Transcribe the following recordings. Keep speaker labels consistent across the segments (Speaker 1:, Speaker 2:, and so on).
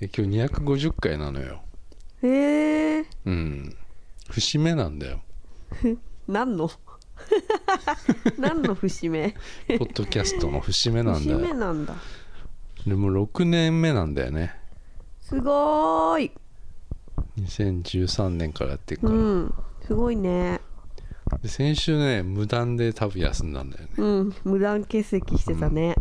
Speaker 1: で今日250回なのよ
Speaker 2: えー、
Speaker 1: うん節目なん だよ
Speaker 2: 何 の何の節目
Speaker 1: ポッドキャストの節目なんだ
Speaker 2: 節目
Speaker 1: よ
Speaker 2: なんだ
Speaker 1: でも6年目なんだよね
Speaker 2: すごーい
Speaker 1: 2013年からやってるか
Speaker 2: う
Speaker 1: ら、
Speaker 2: んすごいね
Speaker 1: で先週ね無断で多分休んだんだよね、
Speaker 2: うん無断欠席してたね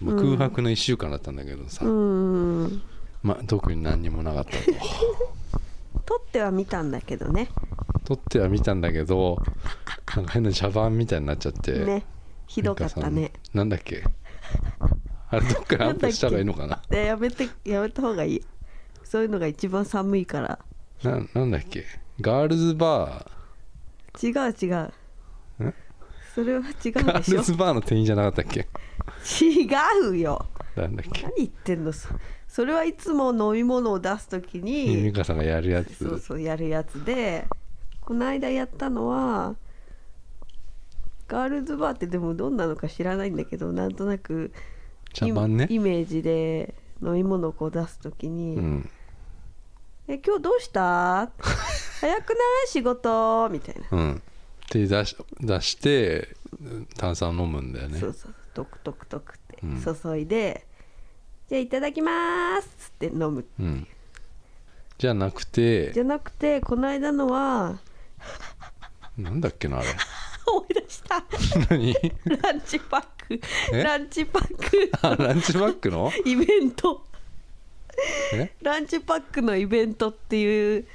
Speaker 1: まあ空白の1週間だったんだけどさ、
Speaker 2: うん、ん、
Speaker 1: まあ特に何にもなかった と
Speaker 2: 撮っては見たんだけどね
Speaker 1: 撮っては見たんだけどなんか変な茶番みたいになっちゃって
Speaker 2: ねひどかったね
Speaker 1: なんかさなんだっけあれどっからアップしたらいいのかな
Speaker 2: えやめてやめた方がいいそういうのが一番寒いから
Speaker 1: ななんだっけガールズバ
Speaker 2: 違う違う
Speaker 1: え
Speaker 2: それは違
Speaker 1: ーガ
Speaker 2: うで
Speaker 1: ー
Speaker 2: し
Speaker 1: ルズバーの店員じゃなかったっけ
Speaker 2: ょ違うよ
Speaker 1: なんだっけ
Speaker 2: 何言ってんのそそれはいつも飲み物を出すとき
Speaker 1: ミ
Speaker 2: に
Speaker 1: カさんがやるやつ
Speaker 2: そうそうやるやつでこの間やったのはガールズバーってでもどんなのか知らないんだけどなんとなく
Speaker 1: 茶番ね
Speaker 2: イイメージで飲み物をこう出すときに、
Speaker 1: うん
Speaker 2: え今日どうした早くない仕事みたいな、
Speaker 1: うん手出し出して炭酸飲むんだよね
Speaker 2: そうそうトクトクトクって
Speaker 1: うん
Speaker 2: 注いで、じゃあいただきますっつって飲む
Speaker 1: うんじゃなくて
Speaker 2: じゃなくてこの間の は
Speaker 1: なんだっけなあれ
Speaker 2: 思い出した
Speaker 1: 何
Speaker 2: ランチパック
Speaker 1: え
Speaker 2: ランチパッ
Speaker 1: あランチバッグの
Speaker 2: クイベント
Speaker 1: え
Speaker 2: ランチパックのイベントっていう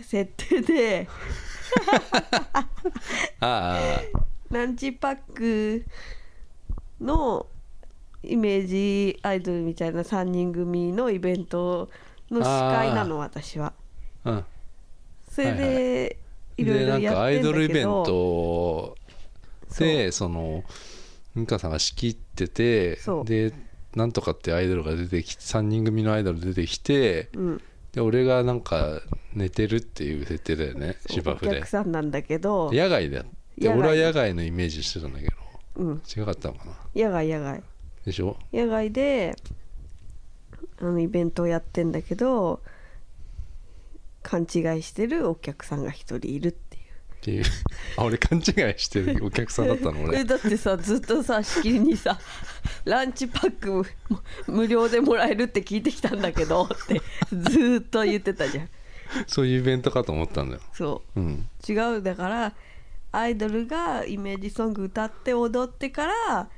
Speaker 2: 設定で
Speaker 1: あ
Speaker 2: ランチパックのイメージアイドルみたいな3人組のイベントの司会なの私は
Speaker 1: あうん
Speaker 2: それでいろい
Speaker 1: でな
Speaker 2: ろ
Speaker 1: ん
Speaker 2: や
Speaker 1: かア
Speaker 2: って
Speaker 1: イ
Speaker 2: んだ
Speaker 1: ドルイ
Speaker 2: け
Speaker 1: ベン
Speaker 2: ど
Speaker 1: トでその美香さんが仕切ってて
Speaker 2: そう
Speaker 1: でなんとかってアイドルが出てきて3人組のアイドル出てきて
Speaker 2: うん
Speaker 1: で俺がなんか寝てるっていう設定だよね芝
Speaker 2: お
Speaker 1: 生で
Speaker 2: 客さんなんだけど
Speaker 1: 野外だで
Speaker 2: 野外
Speaker 1: 俺は野外のイメージしてたんだけど
Speaker 2: うん
Speaker 1: 違かったのかな
Speaker 2: 野外野外
Speaker 1: でしょ
Speaker 2: 野外であのイベントをやってんだけど勘違いしてるお客さんが一人いるってい
Speaker 1: ってい
Speaker 2: う
Speaker 1: うあ俺勘違いしてるお客さんだったの
Speaker 2: え
Speaker 1: 俺
Speaker 2: だってさずっとさしきりに さランチパックも無料でもらえるって聞いてきたんだけどってずーっと言ってたじゃん
Speaker 1: そういうイベントかと思ったんだよ
Speaker 2: そ
Speaker 1: うん
Speaker 2: う違うだからアイドルがイメージソング歌って踊ってから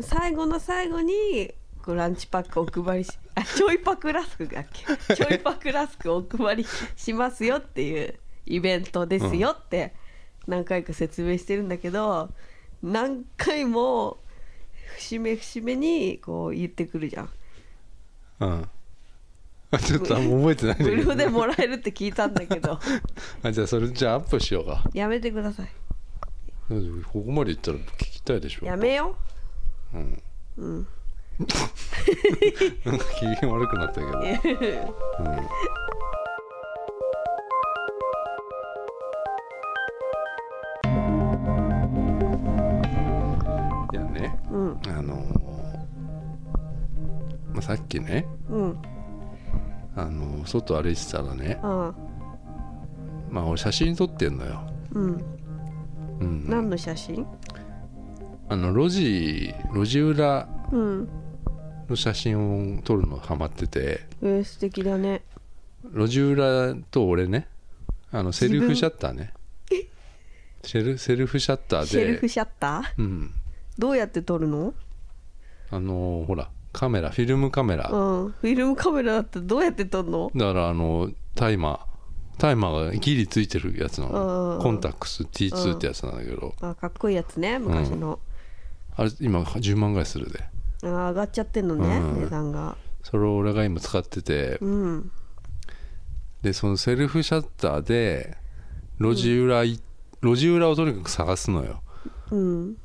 Speaker 2: 最後の最後にこうランチパックお配りしあちょいパクラスクだっけちょいパクラスクお配りしますよっていうイベントですよって何回か説明してるんだけど何回も節目節目にこう言ってくるじゃん。
Speaker 1: うんちょっとあんま覚えてないんだ
Speaker 2: 無
Speaker 1: けど
Speaker 2: 料でもらえるって聞いたんだけど
Speaker 1: あじゃあそれじゃあアップしようか
Speaker 2: やめてください
Speaker 1: だってここまで言ったら聞きたいでしょ
Speaker 2: やめよ
Speaker 1: うん、
Speaker 2: う。うん
Speaker 1: なんか機嫌悪くなったけど、うん、いやね
Speaker 2: うん
Speaker 1: あのーまあ、さっきね
Speaker 2: うん
Speaker 1: あのー外歩いてたらね
Speaker 2: ああ
Speaker 1: まあ俺写真撮ってんのよ、
Speaker 2: うん
Speaker 1: うん、
Speaker 2: 何の写真
Speaker 1: あの路地路地裏
Speaker 2: うん
Speaker 1: の写真を撮るのハマってて
Speaker 2: えー、素敵だね
Speaker 1: 路地裏と俺ねあのセルフシャッター ねセルセルフシャッター
Speaker 2: シェル
Speaker 1: で
Speaker 2: フシャッター
Speaker 1: うん、
Speaker 2: どうやって撮るの
Speaker 1: あのーほらカメラフィルムカメラ、
Speaker 2: うんフィルムカメラだってどうやって撮るの
Speaker 1: だからあのタイマータイマーがギリついてるやつな
Speaker 2: う
Speaker 1: の
Speaker 2: ん
Speaker 1: コンタックス T2 ってやつなんだけど
Speaker 2: あかっこいいやつね昔の、
Speaker 1: あれ今10万ぐらいするで
Speaker 2: あ上がっちゃってんのね、
Speaker 1: うん
Speaker 2: 値段が
Speaker 1: それを俺が今使ってて
Speaker 2: うん
Speaker 1: でそのセルフシャッターで路地裏い、路地裏をとにかく探すのよ
Speaker 2: うん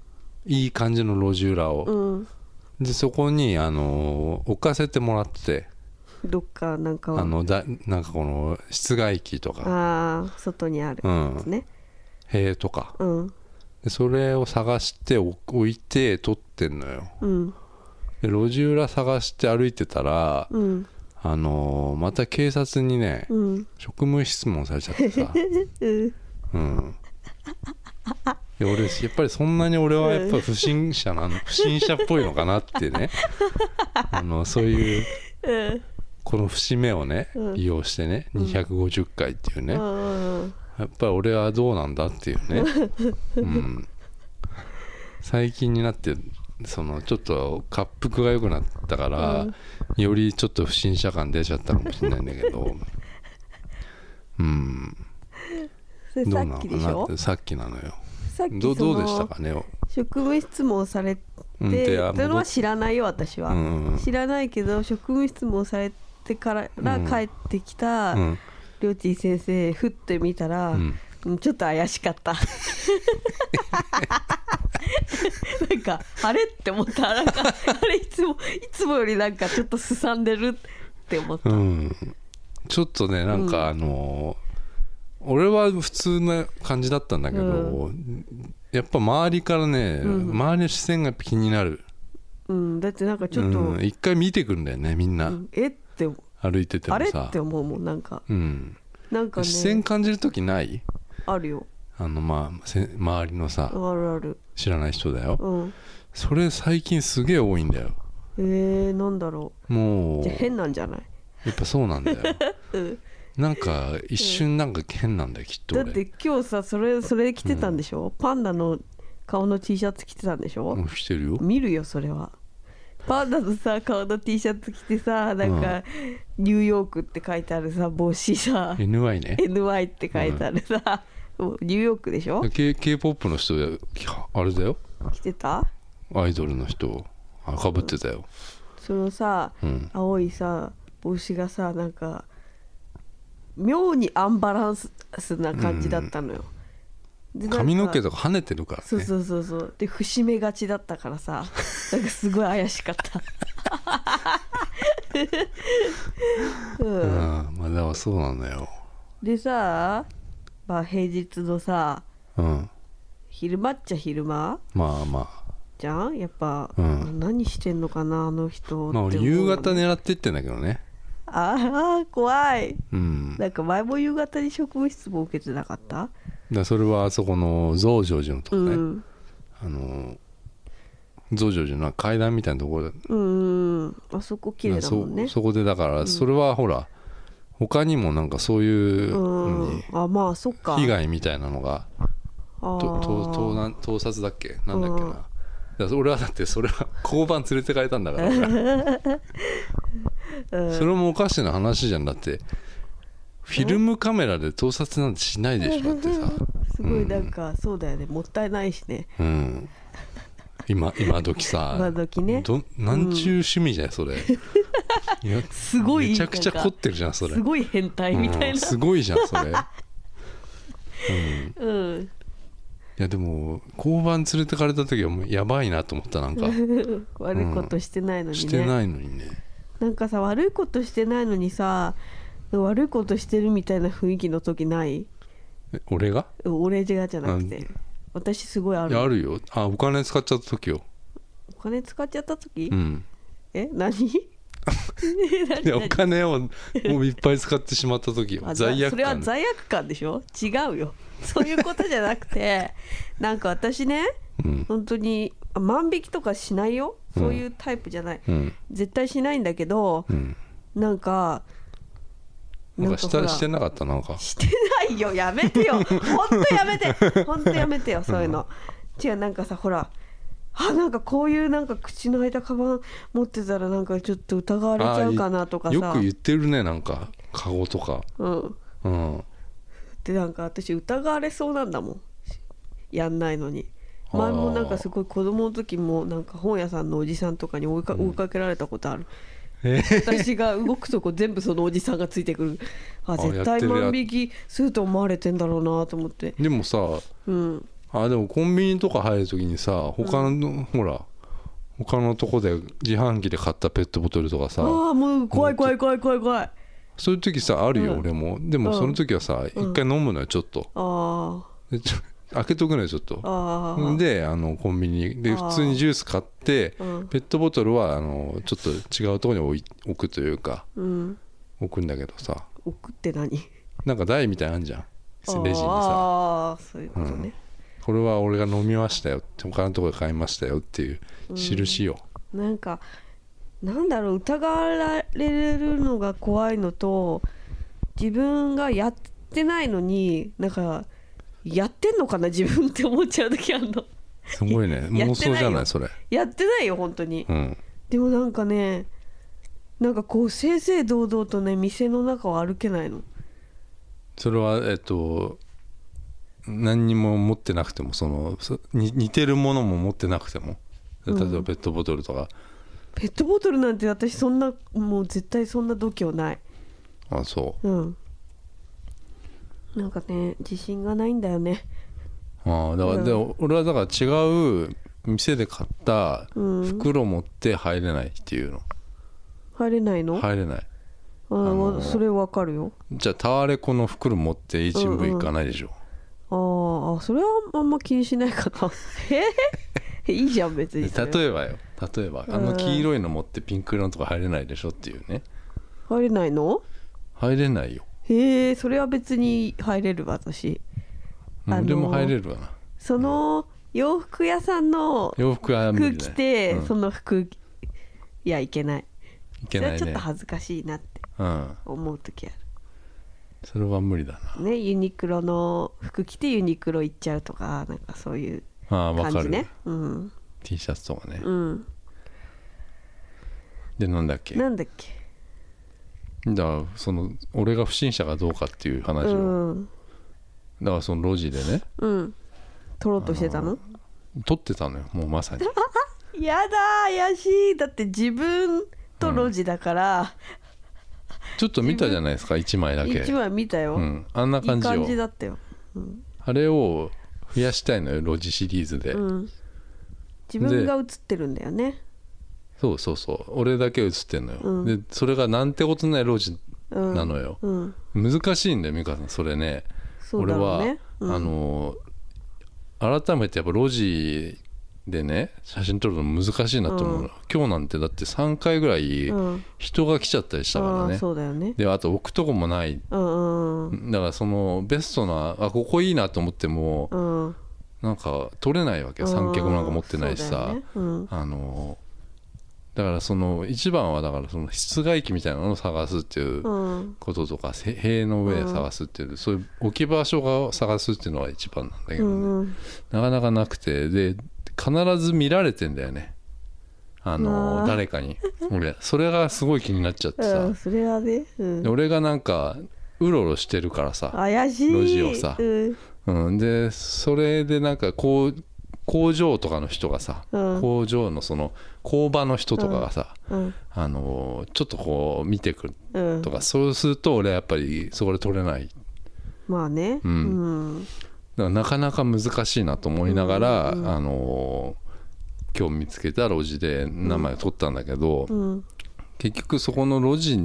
Speaker 1: いい感じの路地裏を、
Speaker 2: うん
Speaker 1: でそこにあのー置かせてもらってて
Speaker 2: どっかなんかは
Speaker 1: あのだなんかこの室外機とか
Speaker 2: あー外にある
Speaker 1: うん
Speaker 2: やつね
Speaker 1: 塀とか
Speaker 2: うん
Speaker 1: でそれを探してお置いて撮ってんのよ
Speaker 2: うん
Speaker 1: で路地裏探して歩いてたら
Speaker 2: うん
Speaker 1: あのーまた警察にね
Speaker 2: うん
Speaker 1: 職務質問されちゃってさ
Speaker 2: うん
Speaker 1: うんいや俺やっぱりそんなに俺はやっぱ不審者なの 不審者っぽいのかなってねあのそういう
Speaker 2: うん
Speaker 1: この節目をね
Speaker 2: うん
Speaker 1: 利用してね
Speaker 2: うん
Speaker 1: 250回っていうね、
Speaker 2: うん
Speaker 1: やっぱり俺はどうなんだっていうね、うん、最近になってそのちょっと滑腹が良くなったから、よりちょっと不審者感出ちゃったかもしれないんだけどうん
Speaker 2: それ
Speaker 1: どう
Speaker 2: さ
Speaker 1: な
Speaker 2: っ
Speaker 1: の
Speaker 2: き
Speaker 1: か
Speaker 2: でし
Speaker 1: なっ
Speaker 2: ょ
Speaker 1: てさっきなのよ
Speaker 2: さっき
Speaker 1: ど
Speaker 2: その
Speaker 1: どうでしたかね、
Speaker 2: 職務質問されて、
Speaker 1: うん、
Speaker 2: そ
Speaker 1: で
Speaker 2: れ
Speaker 1: あ
Speaker 2: は知らないよ私は、
Speaker 1: うんうん
Speaker 2: 知らないけど職務質問されてから
Speaker 1: うん
Speaker 2: 帰ってきた
Speaker 1: うん
Speaker 2: りょうち、ん、先生ふって見たら、
Speaker 1: うん
Speaker 2: うんちょっと怪しかっ たなんかあれって思ったなんかあれいつもいつもよりなんかちょっとすさんでるって思った、
Speaker 1: うんちょっとねなん
Speaker 2: うん
Speaker 1: かあのー俺は普通な感じだったんだけど、
Speaker 2: う
Speaker 1: やっぱ周りからね、
Speaker 2: うん
Speaker 1: 周りの視線が気になる
Speaker 2: うん、だってなんかちょっと、
Speaker 1: うん一回見てくんだよねみんな、
Speaker 2: うんえって思う
Speaker 1: 歩いてても
Speaker 2: あれ
Speaker 1: さ
Speaker 2: って思うもんなんか
Speaker 1: うん、
Speaker 2: なんか
Speaker 1: 視線
Speaker 2: ね
Speaker 1: 感じる時ない
Speaker 2: あるよ
Speaker 1: あのまあせ周りの
Speaker 2: あ
Speaker 1: さ
Speaker 2: るある
Speaker 1: 知らない人だよ、
Speaker 2: うん
Speaker 1: それ最近すげえ多いんだよ
Speaker 2: えー、なんだろ
Speaker 1: もう
Speaker 2: うじゃあ
Speaker 1: や
Speaker 2: 変なんじゃない
Speaker 1: っぱそうなんだ よ
Speaker 2: うん
Speaker 1: なんか一瞬なんか変なんだよきっと
Speaker 2: だ
Speaker 1: 俺
Speaker 2: って今日さそれそれ着てたんでしょ、パンダの顔の T シャツ着てたんでしょ、
Speaker 1: うん来てるよ
Speaker 2: 見るよそれはパンダのさ顔の T シャツ着てさなんか、ニューヨークって書いてあるさ帽子さ
Speaker 1: NY ね
Speaker 2: NY って書いてあるさ、もうニューヨークでしょ
Speaker 1: K k p o p の人あれだよ
Speaker 2: 着てた
Speaker 1: アイドルの人かぶってたよ、
Speaker 2: そのさ
Speaker 1: うん、
Speaker 2: 青いさ帽子がさなんか妙にアンバランスな感じだったのよ、でなんか
Speaker 1: 髪の毛とか跳ねてるからね
Speaker 2: そうそうそうそうで節目がちだったか らさなんかすごい怪しかった
Speaker 1: うんまあだからそうなのよ
Speaker 2: でさまあ平日のさ
Speaker 1: うん
Speaker 2: 昼間っちゃ昼間
Speaker 1: まあま
Speaker 2: じゃんやっぱ、
Speaker 1: うん
Speaker 2: 何してんのかなあの人
Speaker 1: あ
Speaker 2: っ
Speaker 1: まあ俺
Speaker 2: て思う
Speaker 1: 夕
Speaker 2: よ
Speaker 1: 方狙ってってんだけどね
Speaker 2: ああ怖い
Speaker 1: うんだか
Speaker 2: なんか前も夕方に職務質問受けてなかった、
Speaker 1: らそれはあそこの増上寺のとこ
Speaker 2: う
Speaker 1: ね、
Speaker 2: ん
Speaker 1: あの増上寺の階段みたいなところで
Speaker 2: うんうんあそこ綺麗だもんね
Speaker 1: そそこでだからそれはほら、他にもなんかそういう
Speaker 2: うん
Speaker 1: 何
Speaker 2: あまあそっか
Speaker 1: 被害みたいなのが
Speaker 2: あ
Speaker 1: と
Speaker 2: ー
Speaker 1: 盗盗難盗撮だっけなんだっけな、
Speaker 2: うん
Speaker 1: だから俺はだってそれは交番連れてかれたん だから俺それもおかしな話じゃんだってフィルムカメラで盗撮なんてしないでしょだってさ、
Speaker 2: すごいなんか、そうだよねもったいないしね
Speaker 1: うん、今今時さ
Speaker 2: 今時ね
Speaker 1: どなんちゅう趣味じゃんそれ、いや
Speaker 2: すごい
Speaker 1: めちゃくちゃ
Speaker 2: なん
Speaker 1: 凝
Speaker 2: か
Speaker 1: ってるじゃんそれ
Speaker 2: すごい変態みたい
Speaker 1: うん
Speaker 2: な
Speaker 1: すごいじゃんそれ
Speaker 2: うん、
Speaker 1: いやでも交番連れてかれた時はもうやばいなと思ったなんか
Speaker 2: 悪いことしてないのにね、
Speaker 1: してないのにね
Speaker 2: なんかさ悪いことしてないのにさ悪いことしてるみたいな雰囲気の時ない
Speaker 1: え俺が
Speaker 2: 俺がじゃなくて、
Speaker 1: うん
Speaker 2: 私すごいあ
Speaker 1: い
Speaker 2: る
Speaker 1: やあるよあお金使っちゃった時よ
Speaker 2: お金使っちゃった時、
Speaker 1: うん
Speaker 2: え何何
Speaker 1: いやお
Speaker 2: 何
Speaker 1: 金をもういっぱい使ってしまった時よ
Speaker 2: あ
Speaker 1: 罪悪
Speaker 2: それは
Speaker 1: 感
Speaker 2: 罪悪感でしょ違うよそういうことじゃなく てなんか私ね
Speaker 1: うん
Speaker 2: 本当にあ万引きとかしないよ
Speaker 1: うん
Speaker 2: そういうタイプじゃない、
Speaker 1: うん
Speaker 2: 絶対しないんだけど
Speaker 1: うん
Speaker 2: なんか
Speaker 1: なんかし
Speaker 2: ほ
Speaker 1: た
Speaker 2: ら
Speaker 1: してなかったなんか
Speaker 2: してないよやめてよほんとやめてほんとやめてよそういうの、違うなんかさほらあなんかこういうなんか口の開いたカバン持ってたらなんかちょっと疑われちゃうかなとか
Speaker 1: あ
Speaker 2: さ
Speaker 1: いよく言ってるねなんかカゴとか
Speaker 2: うん
Speaker 1: うん
Speaker 2: でなんか私疑われそうなんだもんやんないのに
Speaker 1: あー
Speaker 2: 前もなんかすごい子供の時もなんか本屋さんのおじさんとかに追いか,、追いかけられたことある
Speaker 1: え
Speaker 2: 私が動くとこ全部そのおじさんがついてくるあ
Speaker 1: あ
Speaker 2: 絶
Speaker 1: やっ
Speaker 2: 対
Speaker 1: てるや
Speaker 2: 万引きすると思われてんだろうなと思って
Speaker 1: でもさ
Speaker 2: うん
Speaker 1: あでもコンビニとか入る時にさ他の、ほら他のとこで自販機で買ったペットボトルとか
Speaker 2: ああ
Speaker 1: さ
Speaker 2: ーもう怖い怖い怖い怖い怖いあ
Speaker 1: そういう時さあるよ、
Speaker 2: うん
Speaker 1: 俺もでもその時はさ、一回飲むのよちょっと
Speaker 2: あ
Speaker 1: でちょ開けとくのよちょっと
Speaker 2: ああ
Speaker 1: であのコンビニで
Speaker 2: あー
Speaker 1: 普通にジュース買って
Speaker 2: うん
Speaker 1: ペットボトルはあのちょっと違うところに置い置くというか
Speaker 2: うん
Speaker 1: 置くんだけどさ
Speaker 2: 送って何
Speaker 1: なんか台みたいなのあんじゃんレジにさ
Speaker 2: ああそういうことね、
Speaker 1: これは俺が飲みましたよって他のところで買いましたよっていう印よ、
Speaker 2: なんかなんだろう疑われるのが怖いのと自分がやってないのになんかやってんのかな 自分って思っちゃう時あるの
Speaker 1: すごいね
Speaker 2: や
Speaker 1: 妄想じゃないそれ
Speaker 2: やってないよ本当に、
Speaker 1: うん
Speaker 2: でもなんかねなんかこう正々堂々とね店の中を歩けないの
Speaker 1: それはえっと何にも持ってなくてもそのそに似てるものも持ってなくても例えば
Speaker 2: うん
Speaker 1: ペットボトルとか、
Speaker 2: ペットボトルなんて私そんなもう絶対そんな度胸ない
Speaker 1: あそ
Speaker 2: うんなんかね自信がないんだよね
Speaker 1: うああだから、
Speaker 2: うん
Speaker 1: で俺はだから違う店で買った
Speaker 2: うん
Speaker 1: 袋持って入れないっていうの、
Speaker 2: 入れないの、
Speaker 1: 入れないあ
Speaker 2: あ
Speaker 1: のー
Speaker 2: それわかるよ
Speaker 1: じゃあタワレコの袋持って一部行かないでしょ、
Speaker 2: あーあそれはあんま気にしないか なえいいじゃん別にそれ
Speaker 1: 例えばよ例えばあの黄色いの持ってピンク色のとこ入れないでしょっていうね
Speaker 2: 入れないの
Speaker 1: 入れないよ
Speaker 2: へえそれは別に入れる私あのー
Speaker 1: 俺も入れるわな
Speaker 2: その洋服屋さんの
Speaker 1: 洋服は無
Speaker 2: 服
Speaker 1: 理だ
Speaker 2: 着
Speaker 1: よ
Speaker 2: て、
Speaker 1: うん
Speaker 2: その服いやいけない
Speaker 1: いけない
Speaker 2: それ
Speaker 1: ね
Speaker 2: はちょっと恥ずかしいなって
Speaker 1: うん
Speaker 2: 思う時あ
Speaker 1: それは無理だな
Speaker 2: るねユニクロの服着てユニクロ行っちゃうとかなんかそういう
Speaker 1: ああわ
Speaker 2: 感
Speaker 1: か
Speaker 2: じ
Speaker 1: る
Speaker 2: ねうん、
Speaker 1: T シャツとかね
Speaker 2: うん、
Speaker 1: でなんだっけ
Speaker 2: なんだっけ
Speaker 1: だからその俺が不審者かどうかっていう話
Speaker 2: う
Speaker 1: を
Speaker 2: ん
Speaker 1: だからその路地でね
Speaker 2: うん取ろうとしてたの
Speaker 1: 撮ってたのよもうまさに
Speaker 2: やだー怪しいだって自分と路地だから、
Speaker 1: ちょっと見たじゃないですか1枚だけ
Speaker 2: 一枚見たよ、
Speaker 1: うんあんない感
Speaker 2: い
Speaker 1: じ
Speaker 2: 感じ
Speaker 1: を
Speaker 2: だったよ、うん
Speaker 1: あれを増やしたいのよ路地シリーズで
Speaker 2: うん自分が映ってるんだよね
Speaker 1: そうそうそう俺だけ映ってんのよ、
Speaker 2: うん
Speaker 1: でそれがなんてことない路地
Speaker 2: うん
Speaker 1: なのよ、
Speaker 2: うん
Speaker 1: 難しいんだよ美香さんそれね
Speaker 2: そうだろうね
Speaker 1: 俺は、
Speaker 2: うん
Speaker 1: あの改めてやっぱ路地でね写真撮るの難しいなと思うの、
Speaker 2: うん
Speaker 1: 今日なんてだって3回ぐらい
Speaker 2: うん
Speaker 1: 人が来ちゃったりしたから
Speaker 2: あー
Speaker 1: ね、
Speaker 2: そうだよね
Speaker 1: であと置くとこもない
Speaker 2: うんうん
Speaker 1: だからそのベストなあここいいなと思っても
Speaker 2: うん
Speaker 1: なんか撮れないわけよ三脚なんか持ってないしさ、
Speaker 2: うん
Speaker 1: あのだからその一番はだからその室外機みたいなのを探すっていう
Speaker 2: そうだよねうん
Speaker 1: こととか、せ塀の上で探すっていう、そういう置き場所を探すっていうのが一番なんだけ
Speaker 2: う
Speaker 1: どね、
Speaker 2: んうん
Speaker 1: なかなかなくてで必ず見られてんだよねあの
Speaker 2: あー
Speaker 1: 誰かに俺それがすごい気になっちゃって
Speaker 2: う
Speaker 1: さ
Speaker 2: ん、それはね、う
Speaker 1: で
Speaker 2: ん、
Speaker 1: 俺がなんかうろうろしてるからさ、
Speaker 2: 怪しい
Speaker 1: 路地をさ
Speaker 2: うん
Speaker 1: うん、でそれでなんかこう工場とかの人がさ、
Speaker 2: うん
Speaker 1: 工場のその工場の人とかがさ、
Speaker 2: うん
Speaker 1: あのちょっとこう見てくる
Speaker 2: うん
Speaker 1: とか、そうすると俺はやっぱりそこで取れないだか
Speaker 2: まあね
Speaker 1: うん
Speaker 2: うん
Speaker 1: らなかなか難しいなと思いながら、
Speaker 2: うん
Speaker 1: あの今日見つけた路地で名前を取ったんだけど、
Speaker 2: うん
Speaker 1: 結局そこの路地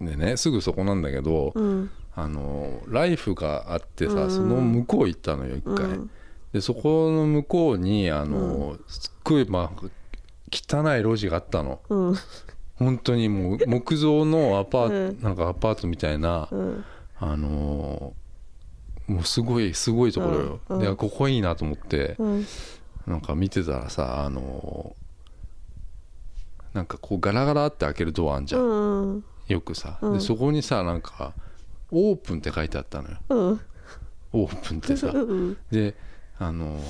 Speaker 1: でねすぐそこなんだけど、
Speaker 2: うん
Speaker 1: あのライフがあってさ、
Speaker 2: うん
Speaker 1: その向こう行ったのよ一
Speaker 2: う
Speaker 1: 回、
Speaker 2: ん
Speaker 1: でそこの向こうにあの、すっごいまあ汚い路地があったの
Speaker 2: うん
Speaker 1: 本当にもう木造のアパート、
Speaker 2: う
Speaker 1: なんかアパートみたいな、
Speaker 2: うん
Speaker 1: あのーもうすごいすごいところよ、
Speaker 2: うんうん
Speaker 1: でここいいなと思って
Speaker 2: うん
Speaker 1: なんか見てたらさあのーなんかこうガラガラって開けるドアあんじゃん、
Speaker 2: うん
Speaker 1: よくさ、
Speaker 2: う
Speaker 1: で
Speaker 2: ん
Speaker 1: そこにさなんか「オープン」って書いてあったのよ
Speaker 2: うん
Speaker 1: オープンってさ
Speaker 2: うん
Speaker 1: であのー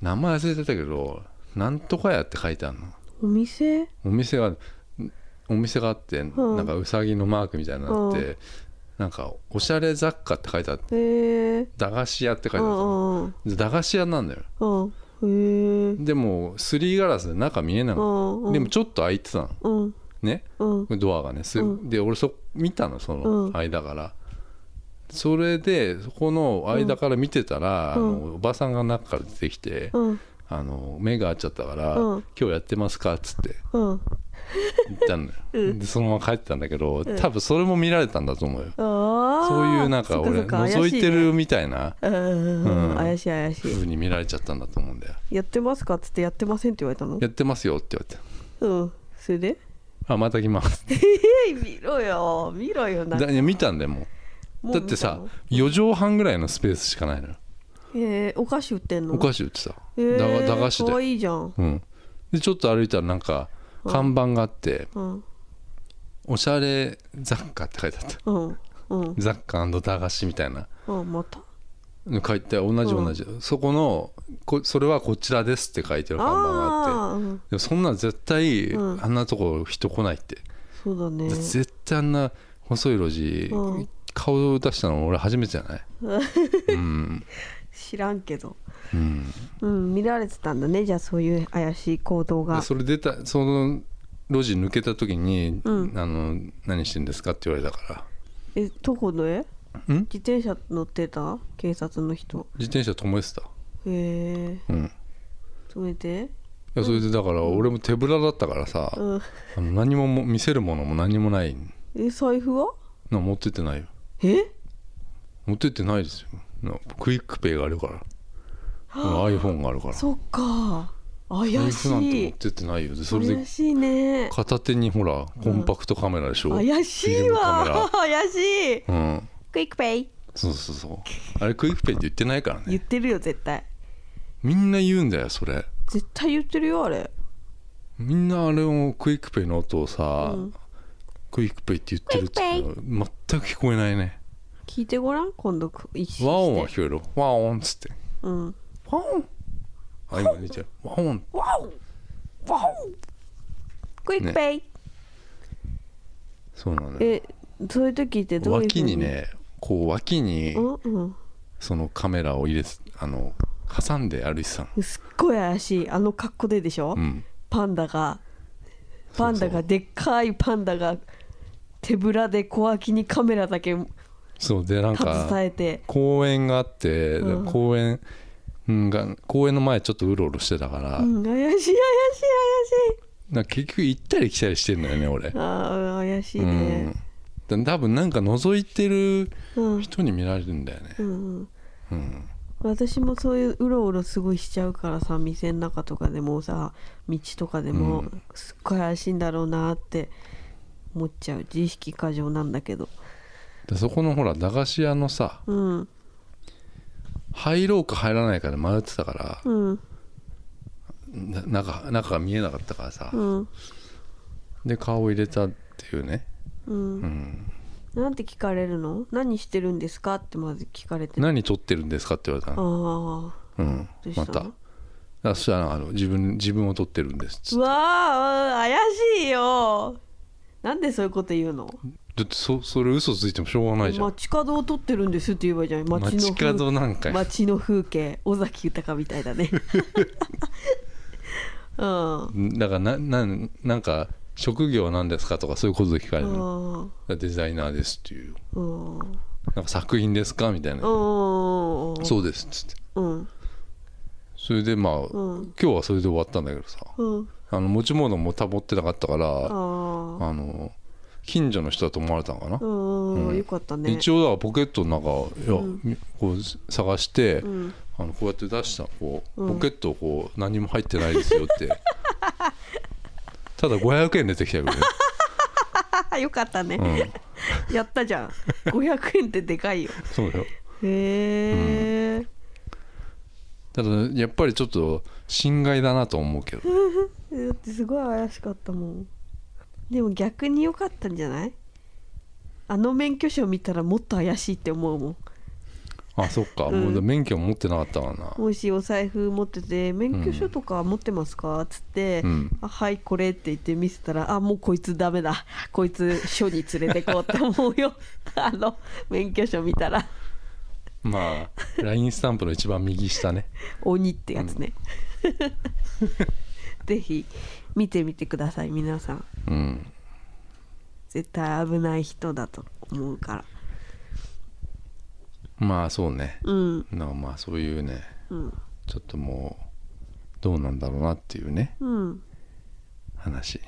Speaker 1: 名前忘れてたけど「なんとかや」って書いてあるの
Speaker 2: お店
Speaker 1: お店がんお店があって、
Speaker 2: ん
Speaker 1: なんかうさぎのマークみたいなのあって、
Speaker 2: う
Speaker 1: なんか「おしゃれ雑貨」って書いてあって
Speaker 2: へえ
Speaker 1: 駄菓子屋って書いてあった
Speaker 2: う
Speaker 1: の
Speaker 2: んうん
Speaker 1: で駄菓子屋なんだよ
Speaker 2: うんうんへえ
Speaker 1: でもすりガラスで中見えな
Speaker 2: う
Speaker 1: の、
Speaker 2: んうん
Speaker 1: でもちょっと開いてたの
Speaker 2: うん
Speaker 1: ね
Speaker 2: うん
Speaker 1: ドアがねす、
Speaker 2: うん
Speaker 1: で俺そ見たのそうの
Speaker 2: ん
Speaker 1: 間から、それでそこの間から見てたら、
Speaker 2: うん
Speaker 1: あのおばさんが中から出てきて、
Speaker 2: うん
Speaker 1: あの目が合っちゃったから「
Speaker 2: うん
Speaker 1: 今日やってますか?」っつって
Speaker 2: うん
Speaker 1: 言ったのよ、
Speaker 2: うん
Speaker 1: でそのまま帰ってたんだけど
Speaker 2: うん
Speaker 1: 多分それも見られたんだと思うよ、
Speaker 2: あああー
Speaker 1: そういうなんか俺
Speaker 2: そっそっ
Speaker 1: 覗いてるみたいな
Speaker 2: 怪しいねうんうんう
Speaker 1: うん
Speaker 2: ん怪しい怪しい
Speaker 1: 風に見られちゃったんだと思うんだよ
Speaker 2: やってますかっつってやってませんって言われたの
Speaker 1: やってますよって言われて
Speaker 2: うんそれで
Speaker 1: あまた来ます
Speaker 2: え見ろよ見ろよな
Speaker 1: だいや見たんだよもう
Speaker 2: もう
Speaker 1: だってさ
Speaker 2: 見
Speaker 1: 4畳半ぐらいのスペースしかないのよ
Speaker 2: たのえーお菓子売ってんの
Speaker 1: お菓子売ってた
Speaker 2: えー
Speaker 1: 駄菓駄菓子
Speaker 2: かわ
Speaker 1: で
Speaker 2: いいじゃん
Speaker 1: うんでちょっと歩いたらなんか
Speaker 2: うん
Speaker 1: 看板があって
Speaker 2: うん
Speaker 1: 「おしゃれ雑貨」って書いてあった
Speaker 2: うんうん
Speaker 1: 雑貨駄菓子みたいな
Speaker 2: うんまた
Speaker 1: の書いて同じ同じそこのこ「それはこちらです」って書いてる看板があって
Speaker 2: あーうん
Speaker 1: でもそんなん絶対
Speaker 2: うん
Speaker 1: あんなとこ人来ないって
Speaker 2: そうだね
Speaker 1: で絶対あんな細い路地
Speaker 2: うん
Speaker 1: 顔を出したの俺初めてじゃ ないうん
Speaker 2: 知らんけど
Speaker 1: うん
Speaker 2: うん見られてたんだねじゃあそういう怪しい行動
Speaker 1: で
Speaker 2: が
Speaker 1: それ出たその路地抜けた時に「
Speaker 2: うん
Speaker 1: あの何してんですか?」って言われたから
Speaker 2: えどこのえ
Speaker 1: ん
Speaker 2: 自転車乗ってた警察の人
Speaker 1: 自転車止めてた
Speaker 2: へえ
Speaker 1: うんい
Speaker 2: 止めて
Speaker 1: やそれでだから俺も手ぶらだったからさ、
Speaker 2: うん
Speaker 1: あの何もも見せるものも何もない
Speaker 2: え財布は
Speaker 1: の持ってってないよ
Speaker 2: え
Speaker 1: 持ってってないですよなクイックペイがあるから
Speaker 2: は
Speaker 1: iPhone があるから
Speaker 2: そっか
Speaker 1: 財
Speaker 2: 怪
Speaker 1: 布なんて
Speaker 2: し
Speaker 1: 持っ
Speaker 2: い
Speaker 1: てってないよでそれで
Speaker 2: 怪しいね
Speaker 1: 片手にほらコンパクトカメラでしょ、うん、
Speaker 2: 怪しいわ怪しいクイックペイ
Speaker 1: そうそうそうあれクイックペイって言ってないから
Speaker 2: 言
Speaker 1: ね
Speaker 2: ってるよ絶対
Speaker 1: みんな言うんだよそれ
Speaker 2: 絶対言ってるよあれ
Speaker 1: みんなあれをクイックペイの音をさ、
Speaker 2: うん
Speaker 1: クイックペイって言ってるっていうの全く聞こえないね
Speaker 2: 聞いてごらん今度一緒
Speaker 1: 和音は聞こえる和音っつって
Speaker 2: うん
Speaker 1: 和音あ今出ちゃう和音
Speaker 2: ワオワオクイックペイ、
Speaker 1: そうなんだよ
Speaker 2: えそういう時ってどういうふう
Speaker 1: 脇にねこう脇に
Speaker 2: うんうん
Speaker 1: そのカメラを入れすあの挟んで歩いてたの
Speaker 2: すっごい怪しいあの格好ででしょ、
Speaker 1: うん
Speaker 2: パンダがパンダ
Speaker 1: そう
Speaker 2: がでっかいパンダが手ぶらで小脇にカメラだけ
Speaker 1: そうでなん
Speaker 2: 携
Speaker 1: か
Speaker 2: えて
Speaker 1: 公園があって、
Speaker 2: うん
Speaker 1: 公園うんが公園の前ちょっとうろうろしてたから,、
Speaker 2: うん怪しい怪しい怪しい
Speaker 1: なんか結局行ったり来たりしてんだよね俺
Speaker 2: あー怪しい
Speaker 1: うん
Speaker 2: ね
Speaker 1: だ多分なんか覗いてる
Speaker 2: うん、
Speaker 1: 人に見られるんだよね
Speaker 2: うんうん、
Speaker 1: うん
Speaker 2: 私もそういううろうろすごいしちゃうからさ店の中とかでもさ道とかでも、
Speaker 1: うん
Speaker 2: すっごい怪しいんだろうなって思っちゃう自意識過剰なんだけど
Speaker 1: でそこのほら駄菓子屋のさ
Speaker 2: うん
Speaker 1: 入ろうか入らないかで迷ってたから
Speaker 2: うん
Speaker 1: な中中が見えなかったからさ、
Speaker 2: うん
Speaker 1: で顔を入れたっていうね、
Speaker 2: うん
Speaker 1: うん、
Speaker 2: なんて聞かれるの何してるんですかってまず聞かれてあ
Speaker 1: 何撮ってるんですかって言われた
Speaker 2: あ
Speaker 1: の、う
Speaker 2: ー
Speaker 1: ん
Speaker 2: どう、した
Speaker 1: ま
Speaker 2: の
Speaker 1: たあそしたらあの自分自分を撮ってるんですっつ
Speaker 2: う
Speaker 1: って
Speaker 2: わあ怪しいよなんでそういうこと言うの
Speaker 1: だってそそれ嘘ついてもしょうがないじゃん
Speaker 2: 街角を撮ってるんですって言えばいいじゃん街の
Speaker 1: 街
Speaker 2: 風
Speaker 1: 角なんかよ
Speaker 2: 街の風景尾崎豊みたいだ ねうんう
Speaker 1: だからななんなんか職業は何ですかとかそういうことで聞かれるの
Speaker 2: ん
Speaker 1: デザイナーですっていう
Speaker 2: うん
Speaker 1: なんか作品ですかみたいな
Speaker 2: うん
Speaker 1: そうですっつって
Speaker 2: うん
Speaker 1: それでまあ今
Speaker 2: うん
Speaker 1: 日はそれで終わったんだけどさ
Speaker 2: うん
Speaker 1: あの持ち物もたぼってなかったから
Speaker 2: あ
Speaker 1: あの近所の人だと思われたのかな
Speaker 2: あう
Speaker 1: うんん
Speaker 2: よかったね
Speaker 1: 一応だからポケットの中いや、
Speaker 2: うん
Speaker 1: みこう探して、
Speaker 2: うん
Speaker 1: あのこうやって出したこう、
Speaker 2: う
Speaker 1: ポ
Speaker 2: ん
Speaker 1: ケットをこう何も入ってないですよって ただ500円出てきたけどね、
Speaker 2: よかったね
Speaker 1: うん、
Speaker 2: やったじゃん500円ってでかいよ
Speaker 1: そうだよ
Speaker 2: へえ、
Speaker 1: ただやっぱりちょっと侵害だなと思うけど
Speaker 2: だってすごい怪しかったもんでも逆に良かったんじゃないあの免許証見たらもっと怪しいって思うもん
Speaker 1: あそっか、
Speaker 2: うん
Speaker 1: もうだ免許持ってなかったからな
Speaker 2: もしお財布持ってて「免許証とか持ってますか?」っつって
Speaker 1: うん
Speaker 2: あはいこれ」って言って見せたら「あもうこいつダメだこいつ署に連れてこう」って思うよ あの免許証見たら
Speaker 1: まあ LINE スタンプの一番右下ね
Speaker 2: 「鬼」ってやつね、 ぜひ見てみてください皆さん
Speaker 1: うん
Speaker 2: 絶対危ない人だと思うから
Speaker 1: まあそうね
Speaker 2: うん
Speaker 1: なんかまあそういうね
Speaker 2: うん
Speaker 1: ちょっともうどうなんだろうなっていうね
Speaker 2: うん
Speaker 1: 話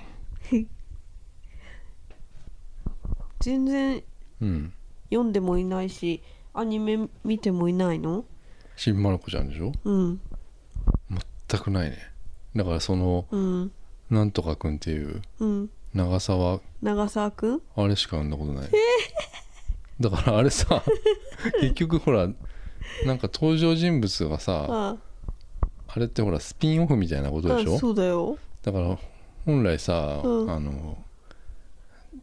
Speaker 2: 全然
Speaker 1: うん
Speaker 2: 読んでもいないしアニメ見てもいないの
Speaker 1: 新丸子ちゃんでしょ
Speaker 2: うん
Speaker 1: 全くないねだからその
Speaker 2: うん
Speaker 1: なんとかくんっていう
Speaker 2: うん
Speaker 1: 長澤
Speaker 2: 長澤くん
Speaker 1: あれしか読んだことないだからあれさ 結局ほらなんか登場人物がさ
Speaker 2: あ
Speaker 1: あれってほらスピンオフみたいなことでし
Speaker 2: あ
Speaker 1: ょ
Speaker 2: そうだよ
Speaker 1: だから本来さ、
Speaker 2: うん
Speaker 1: あの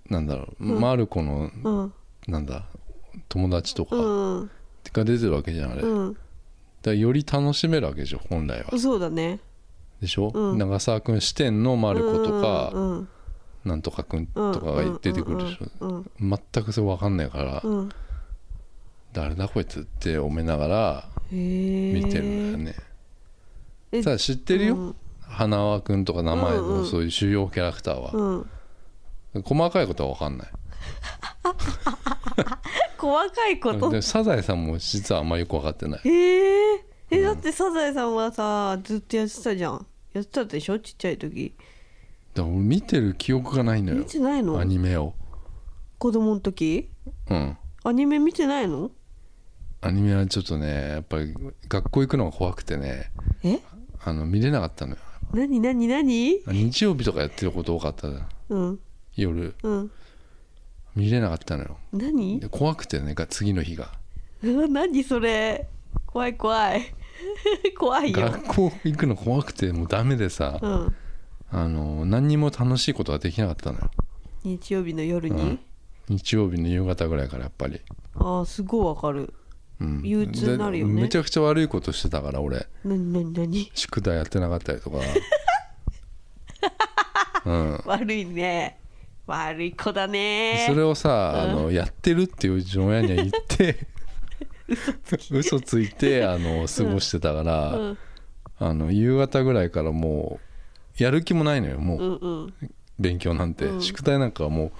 Speaker 1: なんだろう、
Speaker 2: うん
Speaker 1: マルコの
Speaker 2: うん
Speaker 1: なんだ友達とか
Speaker 2: うん
Speaker 1: が出てるわけじゃんあれ、だか
Speaker 2: うん
Speaker 1: らより楽しめるわけでしょ本来は
Speaker 2: そうだね
Speaker 1: でしょ、
Speaker 2: うん
Speaker 1: 長澤君視点のマルコとか、
Speaker 2: うん
Speaker 1: なんとか君
Speaker 2: うんうん
Speaker 1: とかが出てくるでしょ、
Speaker 2: うん
Speaker 1: 全くそれ分かんないから、
Speaker 2: うんうん
Speaker 1: 誰だこいつって思いながら
Speaker 2: へえ
Speaker 1: 見てるんだよね、
Speaker 2: え
Speaker 1: ただ知ってるよ、
Speaker 2: うん
Speaker 1: 花輪君とか名前
Speaker 2: うんう
Speaker 1: の
Speaker 2: ん
Speaker 1: そういう主要キャラクターは、
Speaker 2: うん
Speaker 1: 細かいことは分かんない
Speaker 2: 細かいこと
Speaker 1: でサザエさんも実はあんまよく分かってない
Speaker 2: へええだってサザエさんはさずっとやってたじゃんやってたでしょちっちゃい時
Speaker 1: だから俺見てる記憶がないの
Speaker 2: 見
Speaker 1: よ
Speaker 2: てないの
Speaker 1: アニメを
Speaker 2: 子供の時
Speaker 1: うん
Speaker 2: アニメ見てないの
Speaker 1: アニメはちょっとねやっぱり学校行くのが怖くてね
Speaker 2: え
Speaker 1: あの見れなかったのよ
Speaker 2: 何何何
Speaker 1: 日曜日とかやってること多かったじゃん
Speaker 2: うん
Speaker 1: 夜
Speaker 2: うん
Speaker 1: 見れなかったのよ
Speaker 2: 何
Speaker 1: で怖くてねが次の日が
Speaker 2: うわ何それ怖い怖い 怖いよ
Speaker 1: 学校行くの怖くてもうダメでさ、
Speaker 2: うん
Speaker 1: あの何にも楽しいことができなかったのよ
Speaker 2: 日曜日の夜に、
Speaker 1: うん日曜日の夕方ぐらいからやっぱり、
Speaker 2: ああすごいわかる
Speaker 1: うん、
Speaker 2: 憂鬱になるよね
Speaker 1: でめちゃくちゃ悪いことしてたから俺
Speaker 2: 何何何
Speaker 1: 宿題やってなかったりとかうん
Speaker 2: 悪いね悪い子だね
Speaker 1: それをさ、あのやってるっていううちの親には言って嘘ついてあの過ごしてたから、
Speaker 2: うん
Speaker 1: あの夕方ぐらいからもうやる気もないのよもう、
Speaker 2: うんうん
Speaker 1: 勉強なんて、
Speaker 2: うん
Speaker 1: 宿題なんかはもう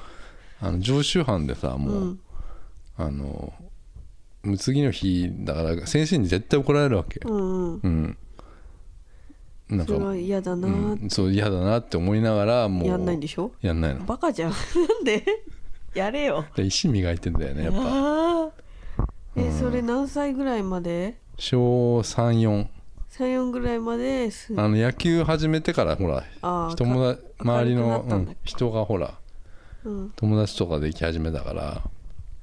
Speaker 1: あの常習犯でさもう、
Speaker 2: うん
Speaker 1: あのもう次の日だから先生に絶対怒られるわけ
Speaker 2: うんうん
Speaker 1: うん、なん
Speaker 2: そ
Speaker 1: か
Speaker 2: れは嫌だなーっ
Speaker 1: うん、そう嫌だなって思いながらも
Speaker 2: て
Speaker 1: う
Speaker 2: やんないんでしょ
Speaker 1: やんないの
Speaker 2: バカじゃん なんでやれよ
Speaker 1: で石磨いてんだよねやっぱ
Speaker 2: あーえ、
Speaker 1: うん
Speaker 2: それ何歳ぐらいまで
Speaker 1: 小34
Speaker 2: 34ぐらいまです
Speaker 1: あの野球始めてからほら
Speaker 2: あー
Speaker 1: 人もだ
Speaker 2: 明る
Speaker 1: 周り
Speaker 2: くなっ
Speaker 1: の、
Speaker 2: た
Speaker 1: うん
Speaker 2: だ
Speaker 1: ん人がほら
Speaker 2: うん、
Speaker 1: 友達とかでき始めたから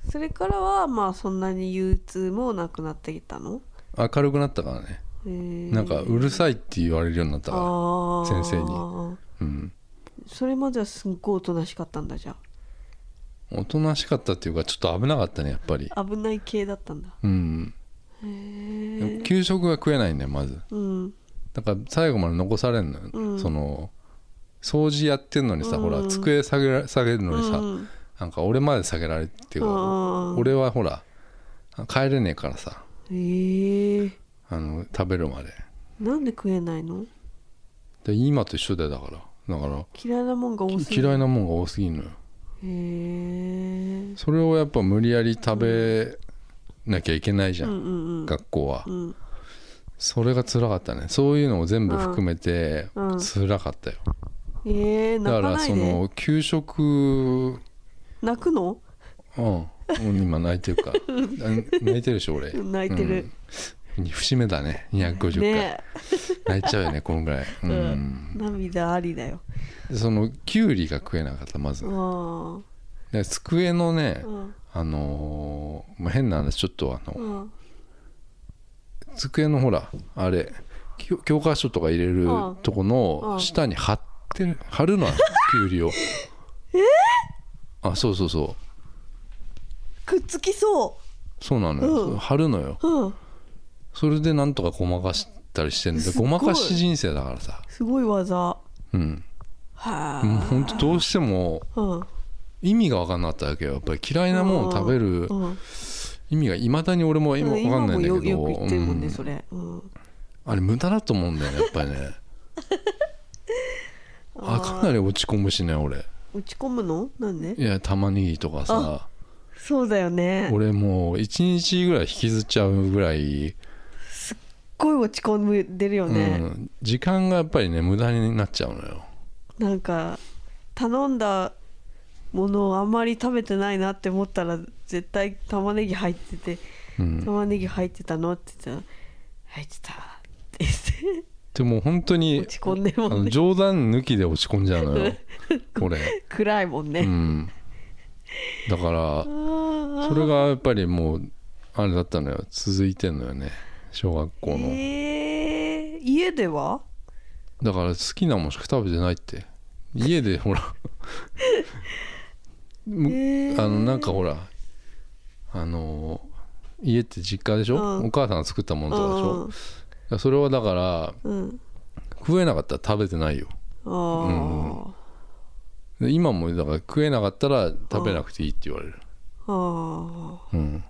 Speaker 2: それからはまあそんなに憂鬱もなくなってきたの
Speaker 1: 明るくなったからね、
Speaker 2: へー
Speaker 1: なんかうるさいって言われるようになったか
Speaker 2: あー
Speaker 1: 先生にうん
Speaker 2: それまではすっごいおとなしかったんだじゃ
Speaker 1: おとなしかったっていうかちょっと危なかったねやっぱり
Speaker 2: あ危ない系だったんだ
Speaker 1: うん
Speaker 2: へえ
Speaker 1: 給食が食えないんだよまず
Speaker 2: うん
Speaker 1: だから最後まで残されんのよ、
Speaker 2: うん
Speaker 1: その掃除やってんのにさ、
Speaker 2: うん
Speaker 1: ほら机下げら下げるのにさ、
Speaker 2: うん
Speaker 1: なんか俺まで下げられてっていう
Speaker 2: う
Speaker 1: か、
Speaker 2: んうん
Speaker 1: 俺はほら帰れねえからさ
Speaker 2: へえ
Speaker 1: あの食べるまで
Speaker 2: なんで食えないの
Speaker 1: で今と一緒だよだからだから
Speaker 2: 嫌いなもんが多すぎる
Speaker 1: 嫌いなもんが多すぎるのよ
Speaker 2: へえ
Speaker 1: それをやっぱ無理やり食べなきゃいけないじゃ、
Speaker 2: うんんうん
Speaker 1: 学校は、
Speaker 2: うん
Speaker 1: それが辛かったねそういうのを全部含めて
Speaker 2: うんうん
Speaker 1: 辛かったよ、
Speaker 2: えー、
Speaker 1: だか
Speaker 2: 泣からな
Speaker 1: そ
Speaker 2: いで
Speaker 1: の給食
Speaker 2: 泣くの
Speaker 1: うん、もう今泣いて るからあ泣いてるでしょ俺
Speaker 2: うん泣いてる、
Speaker 1: うん節目だね250回、
Speaker 2: ね
Speaker 1: 泣いちゃうよねこのぐらい、う
Speaker 2: え、
Speaker 1: ん
Speaker 2: 涙ありだよ
Speaker 1: そのきゅうりが食えなかったまず、
Speaker 2: あ
Speaker 1: で机のね
Speaker 2: あ、うん
Speaker 1: あのーまあ、変な話ちょっとあの、
Speaker 2: うん
Speaker 1: 机のほらあれ教教科書とか入れる
Speaker 2: うん
Speaker 1: とこ
Speaker 2: う
Speaker 1: の
Speaker 2: ん
Speaker 1: 下に貼ってる貼るの はきゅうりをあそうそうそ
Speaker 2: くっつきそう
Speaker 1: そうなのよ、
Speaker 2: うん
Speaker 1: 貼るのよ
Speaker 2: ううん
Speaker 1: それでなんとかごまかしたりしてんだ
Speaker 2: す
Speaker 1: ご
Speaker 2: ごい
Speaker 1: まかし人生だからさ
Speaker 2: すごい技は
Speaker 1: うん
Speaker 2: あ
Speaker 1: もうほんとどうしても
Speaker 2: うん
Speaker 1: 意味が分かんなかったわけよやっぱり嫌いなものを食べる
Speaker 2: うん
Speaker 1: 意味がいまだに俺も今分かんないんだ
Speaker 2: 今
Speaker 1: け
Speaker 2: もよ
Speaker 1: ど
Speaker 2: よく言ってるもんね、
Speaker 1: うん
Speaker 2: それ、うん、
Speaker 1: あれ無駄だと思うんだよねやっぱり ねあかなり落ち込むしね俺
Speaker 2: 打ち込むのなんで
Speaker 1: いや玉ねぎとかさ
Speaker 2: そうだよねすっ
Speaker 1: 俺もう1日ぐらい引きずっちゃうぐらい、
Speaker 2: ごい落ち込んでるよ
Speaker 1: う
Speaker 2: ね、
Speaker 1: ん、時間がやっぱりね無駄になっちゃうのよ
Speaker 2: なんか頼んだものをあんまり食べてないなって思ったら絶対玉ねぎ入ってて
Speaker 1: うん
Speaker 2: 「玉ねぎ入ってたの?」って言ったら「入ってた」って言って
Speaker 1: でも本当に
Speaker 2: 落ち込んでるも
Speaker 1: あ
Speaker 2: ん
Speaker 1: の
Speaker 2: ね
Speaker 1: 冗談抜きで落ち込んじゃうの よこれ
Speaker 2: 暗いもん
Speaker 1: う
Speaker 2: ね、
Speaker 1: んだから
Speaker 2: ああ
Speaker 1: それがやっぱりもうあれだったのよ続いてんのよね小学校の
Speaker 2: えー家では
Speaker 1: だから好きなもんしか食べてないって家でほらむ
Speaker 2: えー
Speaker 1: あのなんかほらあの家って実家でしょ、
Speaker 2: うん
Speaker 1: お母さんが作ったものとかでしょ、だ
Speaker 2: う
Speaker 1: か
Speaker 2: ん
Speaker 1: らそれはだから
Speaker 2: うん
Speaker 1: 食えなかったら食べてないよ
Speaker 2: あ
Speaker 1: で今もだから食えなかったら食べなくていいって言われる
Speaker 2: ああ
Speaker 1: うん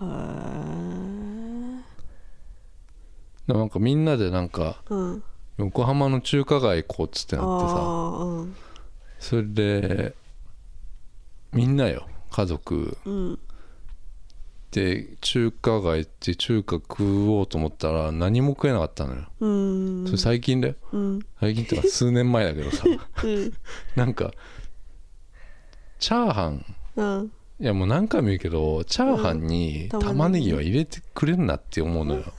Speaker 2: あへ
Speaker 1: でもなんかみんなでなんか
Speaker 2: えうん
Speaker 1: 横浜の中華街行こうっつって
Speaker 2: あ
Speaker 1: なってさ
Speaker 2: あうん
Speaker 1: それでみんなよ家族
Speaker 2: うん
Speaker 1: で中華街って中華食おうと思ったら何も食えなかったのよ、
Speaker 2: うん
Speaker 1: それ最近だよ
Speaker 2: うん
Speaker 1: 最近ってか数年前だけどさ
Speaker 2: うん
Speaker 1: なんかチャーハン
Speaker 2: うん
Speaker 1: いやもう何回も言うけどチャーハンに
Speaker 2: うん
Speaker 1: 玉ねぎは入れてくれんなって思うのよ、
Speaker 2: うん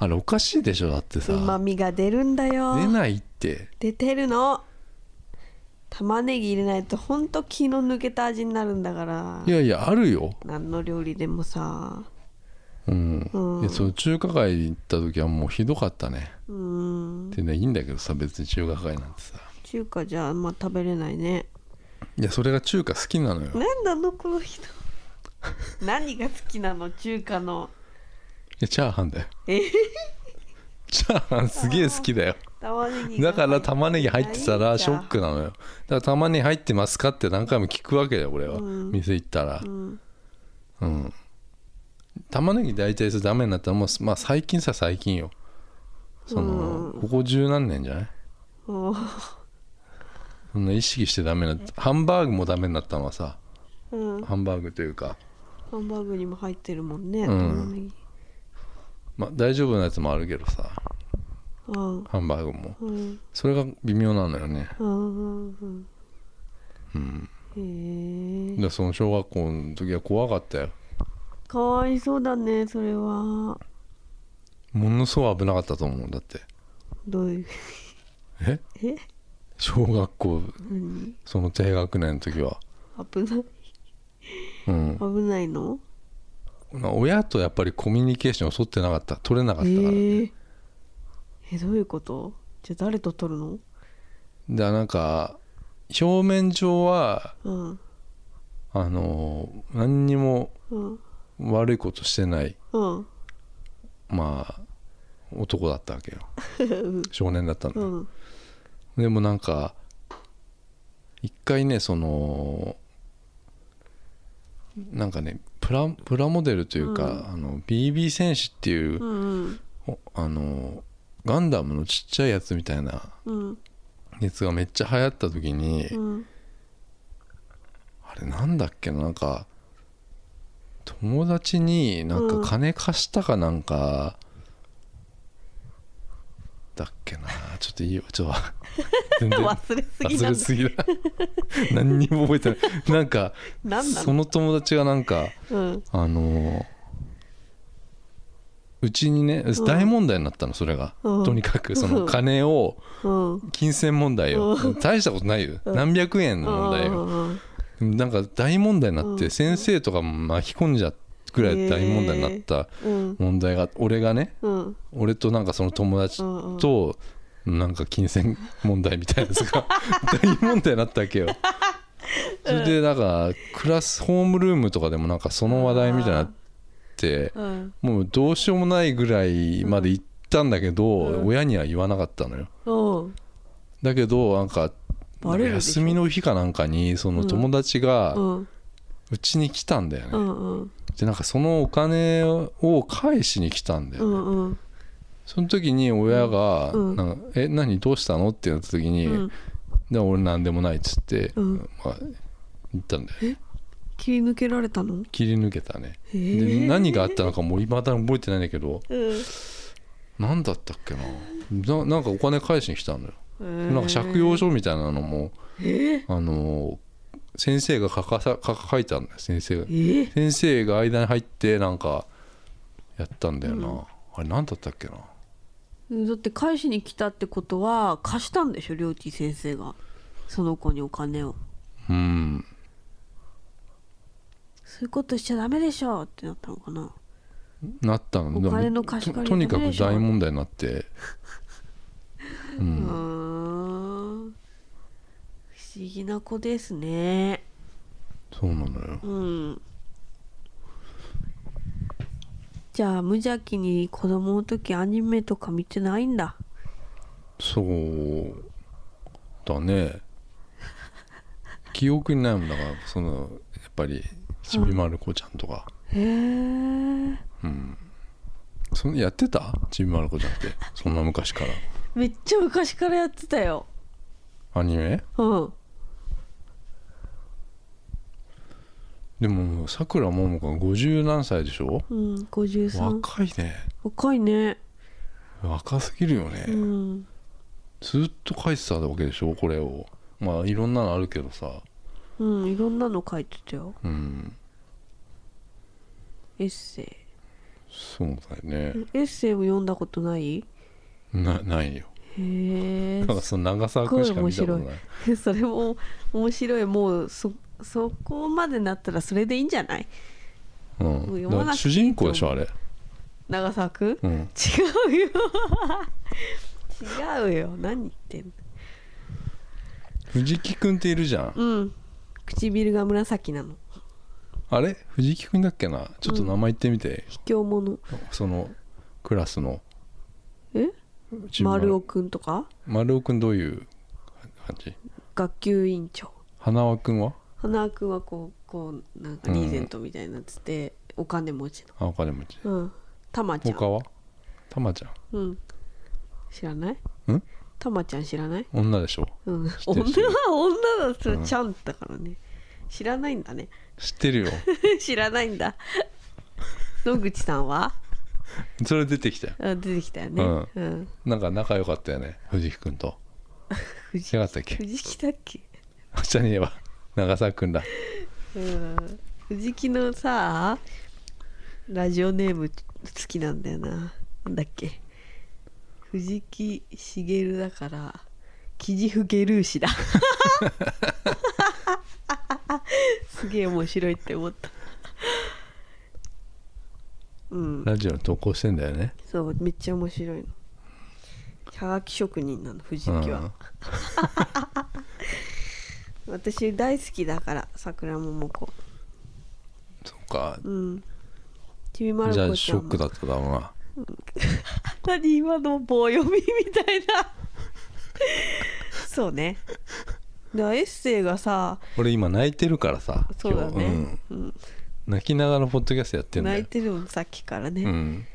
Speaker 1: あれおかしいでしょだって
Speaker 2: うま
Speaker 1: さ
Speaker 2: みが出るんだよ
Speaker 1: 出ないって
Speaker 2: 出てるの玉ねぎ入れないとほんと気の抜けた味になるんだから
Speaker 1: いやいやあるよ
Speaker 2: 何の料理でもさ
Speaker 1: うん、
Speaker 2: うん
Speaker 1: いやその中華街行った時はもうひどかったね
Speaker 2: うん
Speaker 1: でねいいんだけどさ別に中華街なんてさ
Speaker 2: 中華じゃあんま食べれないね
Speaker 1: いやそれが中華好きなのよ
Speaker 2: 何なのこの人 何が好きなの中 華の
Speaker 1: いやチャーハンだよ
Speaker 2: え
Speaker 1: チャーハンすげえ好きだよ
Speaker 2: 玉ねぎが
Speaker 1: だから玉ねぎ入ってた
Speaker 2: な
Speaker 1: ら
Speaker 2: いんだ
Speaker 1: ショックなのよだから玉ねぎ入ってますかって何回も聞くわけだよ俺は、
Speaker 2: うん
Speaker 1: 店行ったら
Speaker 2: うん
Speaker 1: うん、玉ねぎ大体それダメになったらもう、まあ、最近さ最近よその、
Speaker 2: うん
Speaker 1: ここ十何年じゃない
Speaker 2: お
Speaker 1: そんな意識してダメになったハンバーグもダメになったのはさ
Speaker 2: うん
Speaker 1: ハンバーグというか、
Speaker 2: ハンバーグにも入ってるもんね、
Speaker 1: ん
Speaker 2: 玉ねぎ
Speaker 1: まあ、大丈夫なやつもあるけどさ
Speaker 2: うん
Speaker 1: ハンバーグも
Speaker 2: うん
Speaker 1: それが微妙なのよね
Speaker 2: うんうん
Speaker 1: うん
Speaker 2: うんへえ
Speaker 1: でその小学校の時は怖かったよ
Speaker 2: かわいそうだねそれは
Speaker 1: ものすごい危なかったと思うだって
Speaker 2: どう いう
Speaker 1: え
Speaker 2: え
Speaker 1: 小学校
Speaker 2: 何
Speaker 1: その低学年の時は
Speaker 2: 危ない
Speaker 1: うん
Speaker 2: 危ないの
Speaker 1: 親とやっぱりコミュニケーションを取ってなかった取れなかったから、
Speaker 2: えええどういうことじゃあ誰と撮るの
Speaker 1: だからなんか表面上は
Speaker 2: うん
Speaker 1: あの何にも
Speaker 2: うん
Speaker 1: 悪いことしてない
Speaker 2: うん
Speaker 1: まあ男だったわけ よ
Speaker 2: うん
Speaker 1: 少年だった
Speaker 2: う
Speaker 1: の、
Speaker 2: ん
Speaker 1: でもなんか一回ねそのなんかねプラプラモデルというか、
Speaker 2: うん
Speaker 1: あの BB 戦士っていう、
Speaker 2: うん
Speaker 1: おあのガンダムのちっちゃいやつみたいな
Speaker 2: うん
Speaker 1: やつがめっちゃ流行った時に、
Speaker 2: うん
Speaker 1: あれなんだっけななんか友達になん
Speaker 2: う
Speaker 1: か
Speaker 2: ん
Speaker 1: 金貸したかなんか、だっけなちょっといいよちょっ と全然
Speaker 2: 忘れすぎ
Speaker 1: 忘
Speaker 2: な
Speaker 1: れ
Speaker 2: んだ
Speaker 1: すぎだ 何にも覚えてないなんか
Speaker 2: 何な
Speaker 1: そ
Speaker 2: の
Speaker 1: の友達がなんか
Speaker 2: うん
Speaker 1: あのうちにね
Speaker 2: ん
Speaker 1: 大問題になったのそれが、
Speaker 2: うん
Speaker 1: とにかくそうの
Speaker 2: ん
Speaker 1: 金を
Speaker 2: うん
Speaker 1: 金銭問題よ、
Speaker 2: うん
Speaker 1: 大したことないよ、
Speaker 2: うん
Speaker 1: 何百円の問題よ、
Speaker 2: うん
Speaker 1: なんか大問題になっ
Speaker 2: う
Speaker 1: て
Speaker 2: ん
Speaker 1: 先生とかも巻き込んじゃうぐらい大問題になった
Speaker 2: うん
Speaker 1: 問題が俺がね
Speaker 2: うん
Speaker 1: 俺となんかその友達
Speaker 2: うん
Speaker 1: となんか金銭問題みたいなやつ が大問題になったわけよ。それでなんかクラスホームルームとかでもなんかその話題みたいになって
Speaker 2: うん
Speaker 1: もうどうしようもないぐらいまで行ったんだけど
Speaker 2: うん
Speaker 1: 親には言わなかったのよ。
Speaker 2: うん
Speaker 1: だけどなんか
Speaker 2: バレるでし
Speaker 1: 休
Speaker 2: ょ
Speaker 1: みの日かなんかにその友達
Speaker 2: う
Speaker 1: が
Speaker 2: ん
Speaker 1: うちに来たんだよね。
Speaker 2: うん
Speaker 1: でなんかそのお金を返しに来たんだ
Speaker 2: う
Speaker 1: よ、ね
Speaker 2: んうん
Speaker 1: その時に親が「
Speaker 2: うん
Speaker 1: なんかえ何どうしたの?」ってなった時に「
Speaker 2: うん
Speaker 1: で俺何でもない」っつって、
Speaker 2: うん
Speaker 1: まあ、言ったんだよ
Speaker 2: 切り抜けられたの
Speaker 1: 切り抜けたね
Speaker 2: へ
Speaker 1: で
Speaker 2: え
Speaker 1: 何があったのかもいまだに覚えてないんだけど
Speaker 2: うん
Speaker 1: 何だったっけなななんかお金返しに来たのよ、
Speaker 2: な
Speaker 1: なんか借用書みたいなのも、
Speaker 2: え
Speaker 1: あの先生が書かさ書か書いたんだよ先生が
Speaker 2: えー、
Speaker 1: 先生が間に入ってなんかやったんだよな、
Speaker 2: うん
Speaker 1: あれ何だったっけな
Speaker 2: だって返しに来たってことは貸したんでしょりょうてぃ先生がその子にお金を
Speaker 1: うん
Speaker 2: そういうことしちゃダメでしょってなったのかな
Speaker 1: なったので
Speaker 2: お金の
Speaker 1: も
Speaker 2: 貸し
Speaker 1: と
Speaker 2: 借り
Speaker 1: とにか
Speaker 2: ダメ
Speaker 1: く
Speaker 2: でしょ
Speaker 1: 大問題になってう
Speaker 2: うーん
Speaker 1: ん
Speaker 2: 不思議な子ですね
Speaker 1: そうなのよ
Speaker 2: うんじゃあ無邪気に子供の時アニメとか見てないんだ
Speaker 1: そうだね記憶にないもんだからそのやっぱりちびまる子ちゃんとか、
Speaker 2: へえ
Speaker 1: うん、そのやってたちびまる子ちゃんってそんな昔から
Speaker 2: めっちゃ昔からやってたよ
Speaker 1: アニメ
Speaker 2: うん
Speaker 1: でもさくらももこが50何歳でしょ
Speaker 2: うん53
Speaker 1: 若いね
Speaker 2: 若いね
Speaker 1: 若すぎるよね、
Speaker 2: うん
Speaker 1: ずっと書いてたわけでしょこれをまあいろんなのあるけどさ
Speaker 2: うんいろんなの書いてたよ
Speaker 1: うん
Speaker 2: エッセイ
Speaker 1: そうだよね
Speaker 2: エッセイを読んだことないへ
Speaker 1: なないよ
Speaker 2: え
Speaker 1: だからその長澤君しか見たこと
Speaker 2: すっごい面
Speaker 1: ない
Speaker 2: それも面白いもうそそこまでなったらそれでいいんじゃない
Speaker 1: うん、
Speaker 2: 読
Speaker 1: だか
Speaker 2: まな
Speaker 1: ら
Speaker 2: くてい
Speaker 1: 主
Speaker 2: い
Speaker 1: 人公でしょあれ、
Speaker 2: 長澤くん違
Speaker 1: うん、
Speaker 2: うよ 違うよ何言ってんの
Speaker 1: 藤木君っているじゃん
Speaker 2: うん唇が紫なの
Speaker 1: あれ藤木君だっけなちょっと名前言ってみて、
Speaker 2: 卑怯者
Speaker 1: そのクラスの
Speaker 2: え
Speaker 1: 自分
Speaker 2: 丸尾くんとか
Speaker 1: 丸尾君どういう感じ
Speaker 2: 学級委員長
Speaker 1: 花輪君は
Speaker 2: 花輪くんはこうこうなんかリーゼントみたいになってて、お金持ち
Speaker 1: あお金持ち
Speaker 2: のうんたまちゃ
Speaker 1: 他
Speaker 2: ん
Speaker 1: はたまちゃん
Speaker 2: うん知らない
Speaker 1: ん
Speaker 2: たまちゃん知らない
Speaker 1: 女でしょ
Speaker 2: うん、
Speaker 1: 知って
Speaker 2: 女
Speaker 1: る知ってる
Speaker 2: は女だそれ
Speaker 1: うん
Speaker 2: ちゃんだからね、知らないんだね
Speaker 1: 知ってるよ
Speaker 2: 知らないんだ野口さんは
Speaker 1: それ出てきたよ
Speaker 2: あ出てきたよね、
Speaker 1: うん
Speaker 2: うん、
Speaker 1: なんか仲良かったよね藤木君と
Speaker 2: 藤
Speaker 1: 違かったっけ
Speaker 2: 藤木だっけ、
Speaker 1: あじゃねえわ長澤君だ
Speaker 2: うん、藤木のさラジオネーム好きなんだよななんだっけ藤木茂だからキジフゲルーシ だすげえ面白いって思ったうん
Speaker 1: ラジオに投稿してんだよね
Speaker 2: そうめっちゃ面白いのはがき職人なの藤木は、私大好きだから桜桃子
Speaker 1: そっか
Speaker 2: うんちびまる
Speaker 1: じゃあ
Speaker 2: 子ち
Speaker 1: シ
Speaker 2: ゃ
Speaker 1: ョ
Speaker 2: ん
Speaker 1: ッ
Speaker 2: も
Speaker 1: クだっただろうな
Speaker 2: 何今の棒読みみたいなそうねだからエッセイがさ
Speaker 1: 俺今泣いてるからさ
Speaker 2: そうだね、
Speaker 1: 今日
Speaker 2: うん
Speaker 1: うん泣きながらポッドキャストやってんだ
Speaker 2: 泣
Speaker 1: よ
Speaker 2: いてるもんさっきからね、
Speaker 1: うん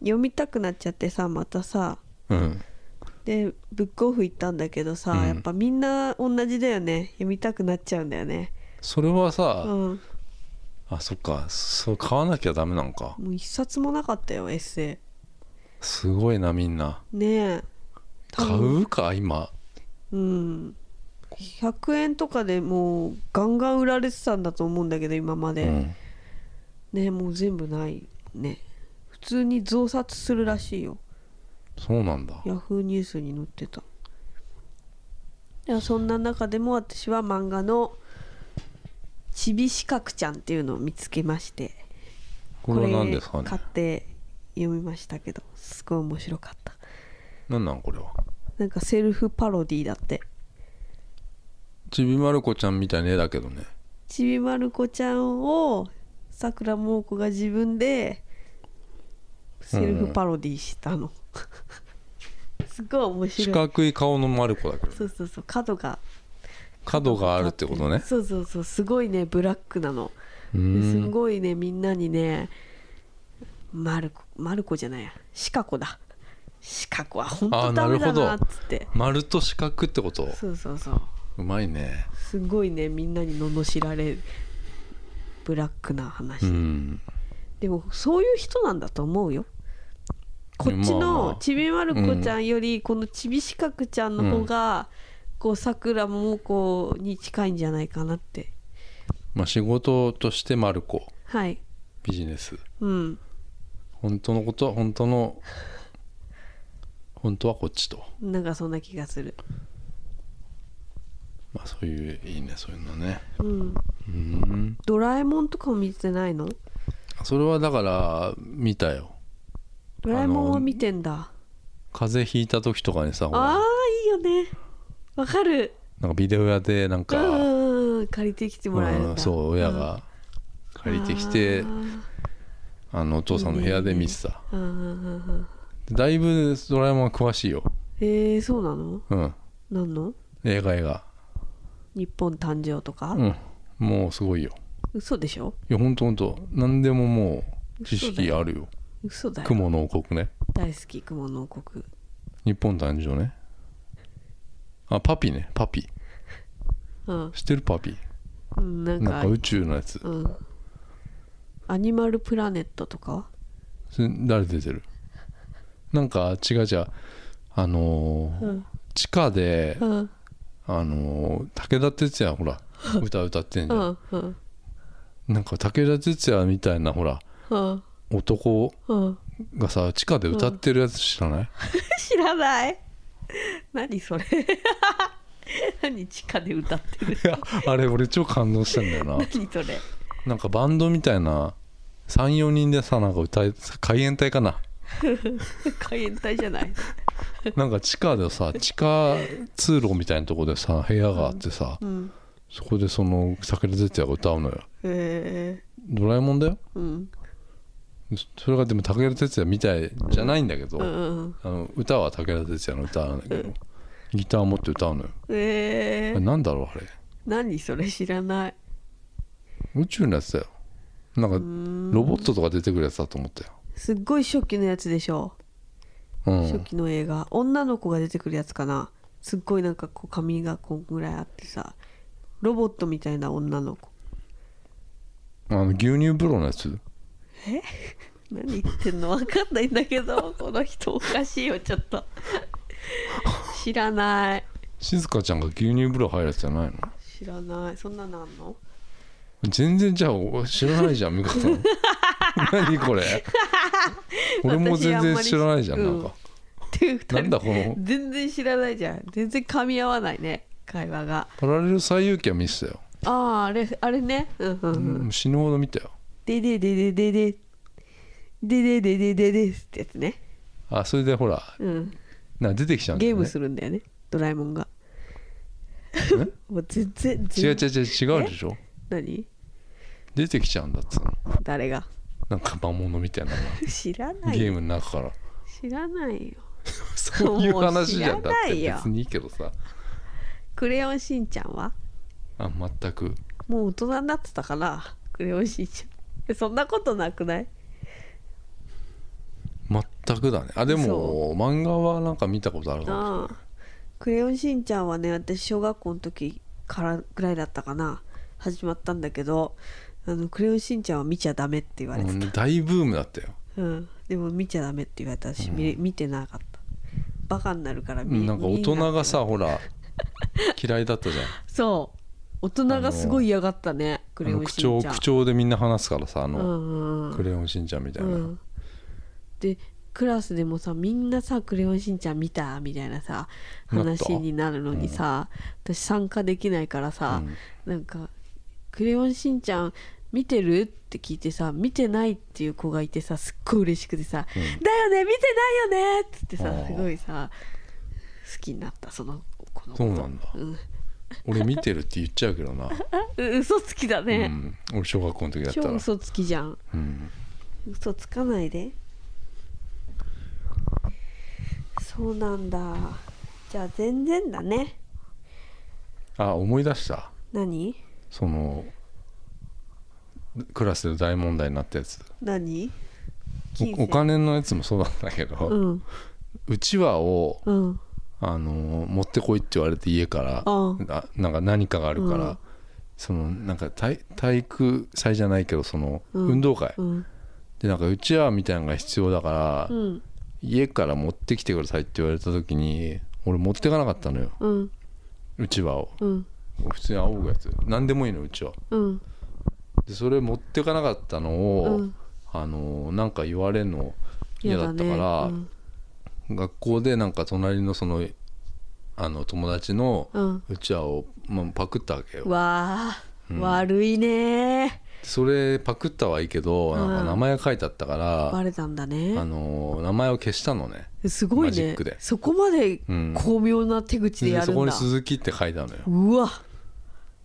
Speaker 2: 読みたくなっちゃってさまたさ
Speaker 1: うん
Speaker 2: でブックオフ行ったんだけどさ、
Speaker 1: うん
Speaker 2: やっぱみんな同じだよね読みたくなっちゃうんだよね
Speaker 1: それは
Speaker 2: う
Speaker 1: さ、
Speaker 2: ん
Speaker 1: あそっかそう買わなきゃダメなんか
Speaker 2: もう一冊もなかったよエッセ
Speaker 1: すごいなみんな
Speaker 2: イねえ多
Speaker 1: 買
Speaker 2: 分
Speaker 1: うか今
Speaker 2: うん100円とかでもうガンガン売られてたんだと思うんだけど今まで、
Speaker 1: うん
Speaker 2: ねえもう全部ないね普通に増刷するらしいよ
Speaker 1: そうなんだ
Speaker 2: ヤフーニュースに載ってたいやそんな中でも私は漫画の「ちびしかくちゃん」っていうのを見つけまして
Speaker 1: これは何ですか
Speaker 2: これ買
Speaker 1: ね
Speaker 2: って読みましたけどすごい面白かった
Speaker 1: 何なんこれは
Speaker 2: なんかセルフパロディだって
Speaker 1: ちびまる子ちゃんみたいな絵だけどね
Speaker 2: ちびまる子ちゃんをさくらももこが自分でセルフパロディしたの、すごい面
Speaker 1: 四
Speaker 2: 白い
Speaker 1: 角い顔のまる子だけど
Speaker 2: そうそうそう角が
Speaker 1: 角があるってことね
Speaker 2: そうそうそうすごいねブラックなの
Speaker 1: うー
Speaker 2: です
Speaker 1: ん
Speaker 2: ごいねみんなにねまる子まる子じゃないやシカ子だシカ子は本
Speaker 1: あ
Speaker 2: 当
Speaker 1: ー
Speaker 2: ダメだ
Speaker 1: な
Speaker 2: な
Speaker 1: る
Speaker 2: っ
Speaker 1: ほど
Speaker 2: つって
Speaker 1: 丸と四角ってこと
Speaker 2: そうそうそう
Speaker 1: うまいね
Speaker 2: すごいねみんなに罵られるブラックな話
Speaker 1: う
Speaker 2: で、
Speaker 1: ん
Speaker 2: でもそういう人なんだと思うよこっち
Speaker 1: まあまあ
Speaker 2: のちびまる子ちゃんよりこのちびしかくちゃんの方が構さくらもこうに近いんじゃないかなって
Speaker 1: まあ、仕事としてマルコ
Speaker 2: はい
Speaker 1: ビジネス
Speaker 2: うん
Speaker 1: 本当のことは本当の本当はこっちと、
Speaker 2: なんかそんな気がする
Speaker 1: まあ、そういういいねそういうのね
Speaker 2: うん
Speaker 1: うん
Speaker 2: ドラえもんとかも見てないの
Speaker 1: それはだから見たよ
Speaker 2: ドラえもんは見てんだ
Speaker 1: 風邪ひいた時とかにさほら
Speaker 2: あーいいよねわかる
Speaker 1: なんかビデオ屋でなん
Speaker 2: う
Speaker 1: か、
Speaker 2: んうんうん借りてきてもらえるん
Speaker 1: うん
Speaker 2: だ
Speaker 1: そう親が借りてきて、
Speaker 2: あー
Speaker 1: あのお父さんの部屋で見てた
Speaker 2: うんうんうんうん
Speaker 1: でだいぶドラえもんは詳しいよ
Speaker 2: えー、そうなの
Speaker 1: うん
Speaker 2: なんの
Speaker 1: 映画映画
Speaker 2: 日本誕生とか、
Speaker 1: うんもうすごいよ
Speaker 2: 嘘でしょ
Speaker 1: いやほんとほんと何でももう知識あるよ
Speaker 2: 嘘だよ
Speaker 1: 雲の王国ね
Speaker 2: 大好き雲の王国
Speaker 1: 日本誕生ねあパピねパピ
Speaker 2: うん
Speaker 1: 知ってるパピ
Speaker 2: うんなん
Speaker 1: な
Speaker 2: か
Speaker 1: んか宇宙のやつ
Speaker 2: うんアニマルプラネットとか
Speaker 1: それ誰出てるなんか違う違うあのー
Speaker 2: うん
Speaker 1: 地下で
Speaker 2: うん
Speaker 1: あのー武田鉄矢ほら歌歌ってんじ
Speaker 2: う
Speaker 1: ゃん
Speaker 2: んうん
Speaker 1: なんか武田鉄矢みたいなほら
Speaker 2: うん
Speaker 1: 男
Speaker 2: うん
Speaker 1: がさ地下で歌ってるやつ知らない、
Speaker 2: 知らない何それ 何地下で歌ってる
Speaker 1: いやあれ俺超感動したんだよな
Speaker 2: 何それ
Speaker 1: なんかバンドみたいな34人でさなんか歌え海援隊かな
Speaker 2: 海援隊じゃない
Speaker 1: なんか地下でさ地下通路みたいなとこでさ部屋があってさ、
Speaker 2: うん
Speaker 1: そこでその桜哲也が歌うのよ
Speaker 2: へえ
Speaker 1: ドラえもんだよ
Speaker 2: うん
Speaker 1: それがでも武田鉄矢みたいじゃないんだけど、
Speaker 2: うんうん
Speaker 1: あの歌は武田鉄矢の歌なんだけど、
Speaker 2: うん
Speaker 1: ギター持って歌うのよあ
Speaker 2: え
Speaker 1: れなんだろうあれ
Speaker 2: 何それ知らない
Speaker 1: 宇宙のやつだよなんか
Speaker 2: うーん
Speaker 1: ロボットとか出てくるやつだと思ったよ
Speaker 2: すっごい初期のやつでしょ
Speaker 1: う
Speaker 2: 初
Speaker 1: ん
Speaker 2: 期の映画女の子が出てくるやつかなすっごいなんかこう髪がこんぐらいあってさロボットみたいな女の子
Speaker 1: あの牛乳風呂のやつ
Speaker 2: 何言ってんの分かんないんだけ どこの人おかしいよちょっと知らない
Speaker 1: 静香ちゃんが牛乳風呂入るやつじゃないの
Speaker 2: 知らないそんなのあんの
Speaker 1: 全然じゃあお知らないじゃん美香さ ん何これ俺も全然知らないじゃん
Speaker 2: 私あ
Speaker 1: なん
Speaker 2: まり
Speaker 1: んか、
Speaker 2: っていう2人
Speaker 1: なんだこの
Speaker 2: 全然知らないじゃん全然噛み合わないね会話が
Speaker 1: パラレル最遊記は見せたよ、
Speaker 2: あああれあれねうんうんうん
Speaker 1: うん死ぬほど見たよ
Speaker 2: でででででででででででですってやつね
Speaker 1: あそれでほら
Speaker 2: うん
Speaker 1: なんか出てきちゃうんだ
Speaker 2: ゲー
Speaker 1: よ、ね、
Speaker 2: ムするんだよねドラえもんが もう全然
Speaker 1: 違う違う違う
Speaker 2: う
Speaker 1: 違うでしょ
Speaker 2: 何
Speaker 1: 出てきちゃうんだっつうの
Speaker 2: 誰が
Speaker 1: なんか魔物みたいなのが
Speaker 2: 知らない
Speaker 1: ゲームの中から
Speaker 2: 知らないよ
Speaker 1: そういう話じゃん
Speaker 2: も
Speaker 1: だ
Speaker 2: う
Speaker 1: っ
Speaker 2: 知らな
Speaker 1: て
Speaker 2: いよ
Speaker 1: 別にいいけどさ
Speaker 2: クレヨンしんちゃんは
Speaker 1: あ全く
Speaker 2: もう大人になってたかなクレヨンしんちゃんそんなことなくない
Speaker 1: 全くだねあで
Speaker 2: そ
Speaker 1: も漫画はなんか見たことあるかも
Speaker 2: ああクレヨンしんちゃんはね私小学校の時からぐらいだったかな始まったんだけどあのクレヨンしんちゃんは見ちゃダメって言われてた、
Speaker 1: うん大ブームだったよ
Speaker 2: うん、でも見ちゃダメって言われたし、見れ見てなかったバカになるから
Speaker 1: う
Speaker 2: 見
Speaker 1: んなんか大人がさ
Speaker 2: 見なくな
Speaker 1: ほ
Speaker 2: っ
Speaker 1: ら嫌いだったじゃ
Speaker 2: たそう大人がすごい嫌がったね ク
Speaker 1: んあ
Speaker 2: レヨ
Speaker 1: の
Speaker 2: ン
Speaker 1: 口
Speaker 2: しん
Speaker 1: 調
Speaker 2: ちゃん
Speaker 1: 口調でみんな話すからさあ
Speaker 2: う
Speaker 1: の、
Speaker 2: んうん
Speaker 1: クレヨンしんちゃんみたいな、
Speaker 2: うんでクラスでもさみんなさ「クレヨンしんちゃん見た?」みたいなさ
Speaker 1: なった
Speaker 2: 話になるのにさ、私参加できないからさ、なんか「クレヨンしんちゃん見てる?」って聞いてさ見てないっていう子がいてさすっごい嬉しくてさ「だよね見てないよね!」っつって
Speaker 1: あ
Speaker 2: さ
Speaker 1: ー
Speaker 2: すごいさ好きになったその子のこと
Speaker 1: そうなんだ
Speaker 2: うん
Speaker 1: 俺見てるって言っちゃうけ どな、
Speaker 2: う嘘つきだ
Speaker 1: う
Speaker 2: ね、
Speaker 1: ん、俺小学校の時だった
Speaker 2: 超
Speaker 1: ら、
Speaker 2: 嘘つきじゃん
Speaker 1: うん、
Speaker 2: 嘘つかないでそうなんだじゃあ全然だね
Speaker 1: あ思い出した
Speaker 2: 何
Speaker 1: そのクラスで大問題になったやつ
Speaker 2: 何
Speaker 1: おお金のやつもそうなんだけ
Speaker 2: う
Speaker 1: ど、
Speaker 2: ん
Speaker 1: うちわを
Speaker 2: うん
Speaker 1: あの持ってこいって言われて家から
Speaker 2: うん
Speaker 1: ななんか何かがあるから、
Speaker 2: うん
Speaker 1: そのなんか体体育祭じゃないけどその
Speaker 2: うん
Speaker 1: 運動会、
Speaker 2: うん
Speaker 1: でなんかうちわみたいなのが必要だから、
Speaker 2: うん
Speaker 1: 家から持ってきてくださいって言われた時に俺持ってかなかったのよ
Speaker 2: うん
Speaker 1: うちわを
Speaker 2: うん
Speaker 1: 普通に仰ぐやつ何でもいいのうちわ
Speaker 2: うん
Speaker 1: でそれ持ってかなかったのを、
Speaker 2: うん
Speaker 1: あのーなんか言われんの嫌だったから、
Speaker 2: ね
Speaker 1: 学校でなんか隣のそのあの友達の
Speaker 2: うん
Speaker 1: うちわを、まあ、パクったわけ
Speaker 2: うん、
Speaker 1: よ
Speaker 2: わあ、悪いね
Speaker 1: それパクったはいいけどなんか名前が書いてあったから、
Speaker 2: バレたんだ
Speaker 1: あ
Speaker 2: ね
Speaker 1: のー名前を消したのね
Speaker 2: すごい
Speaker 1: マジッ
Speaker 2: ね
Speaker 1: クで
Speaker 2: そこまで
Speaker 1: うん
Speaker 2: 巧妙な手口でや
Speaker 1: そ
Speaker 2: る
Speaker 1: こ
Speaker 2: ん
Speaker 1: に「
Speaker 2: だ、
Speaker 1: 鈴木」って書いたのよ
Speaker 2: うわ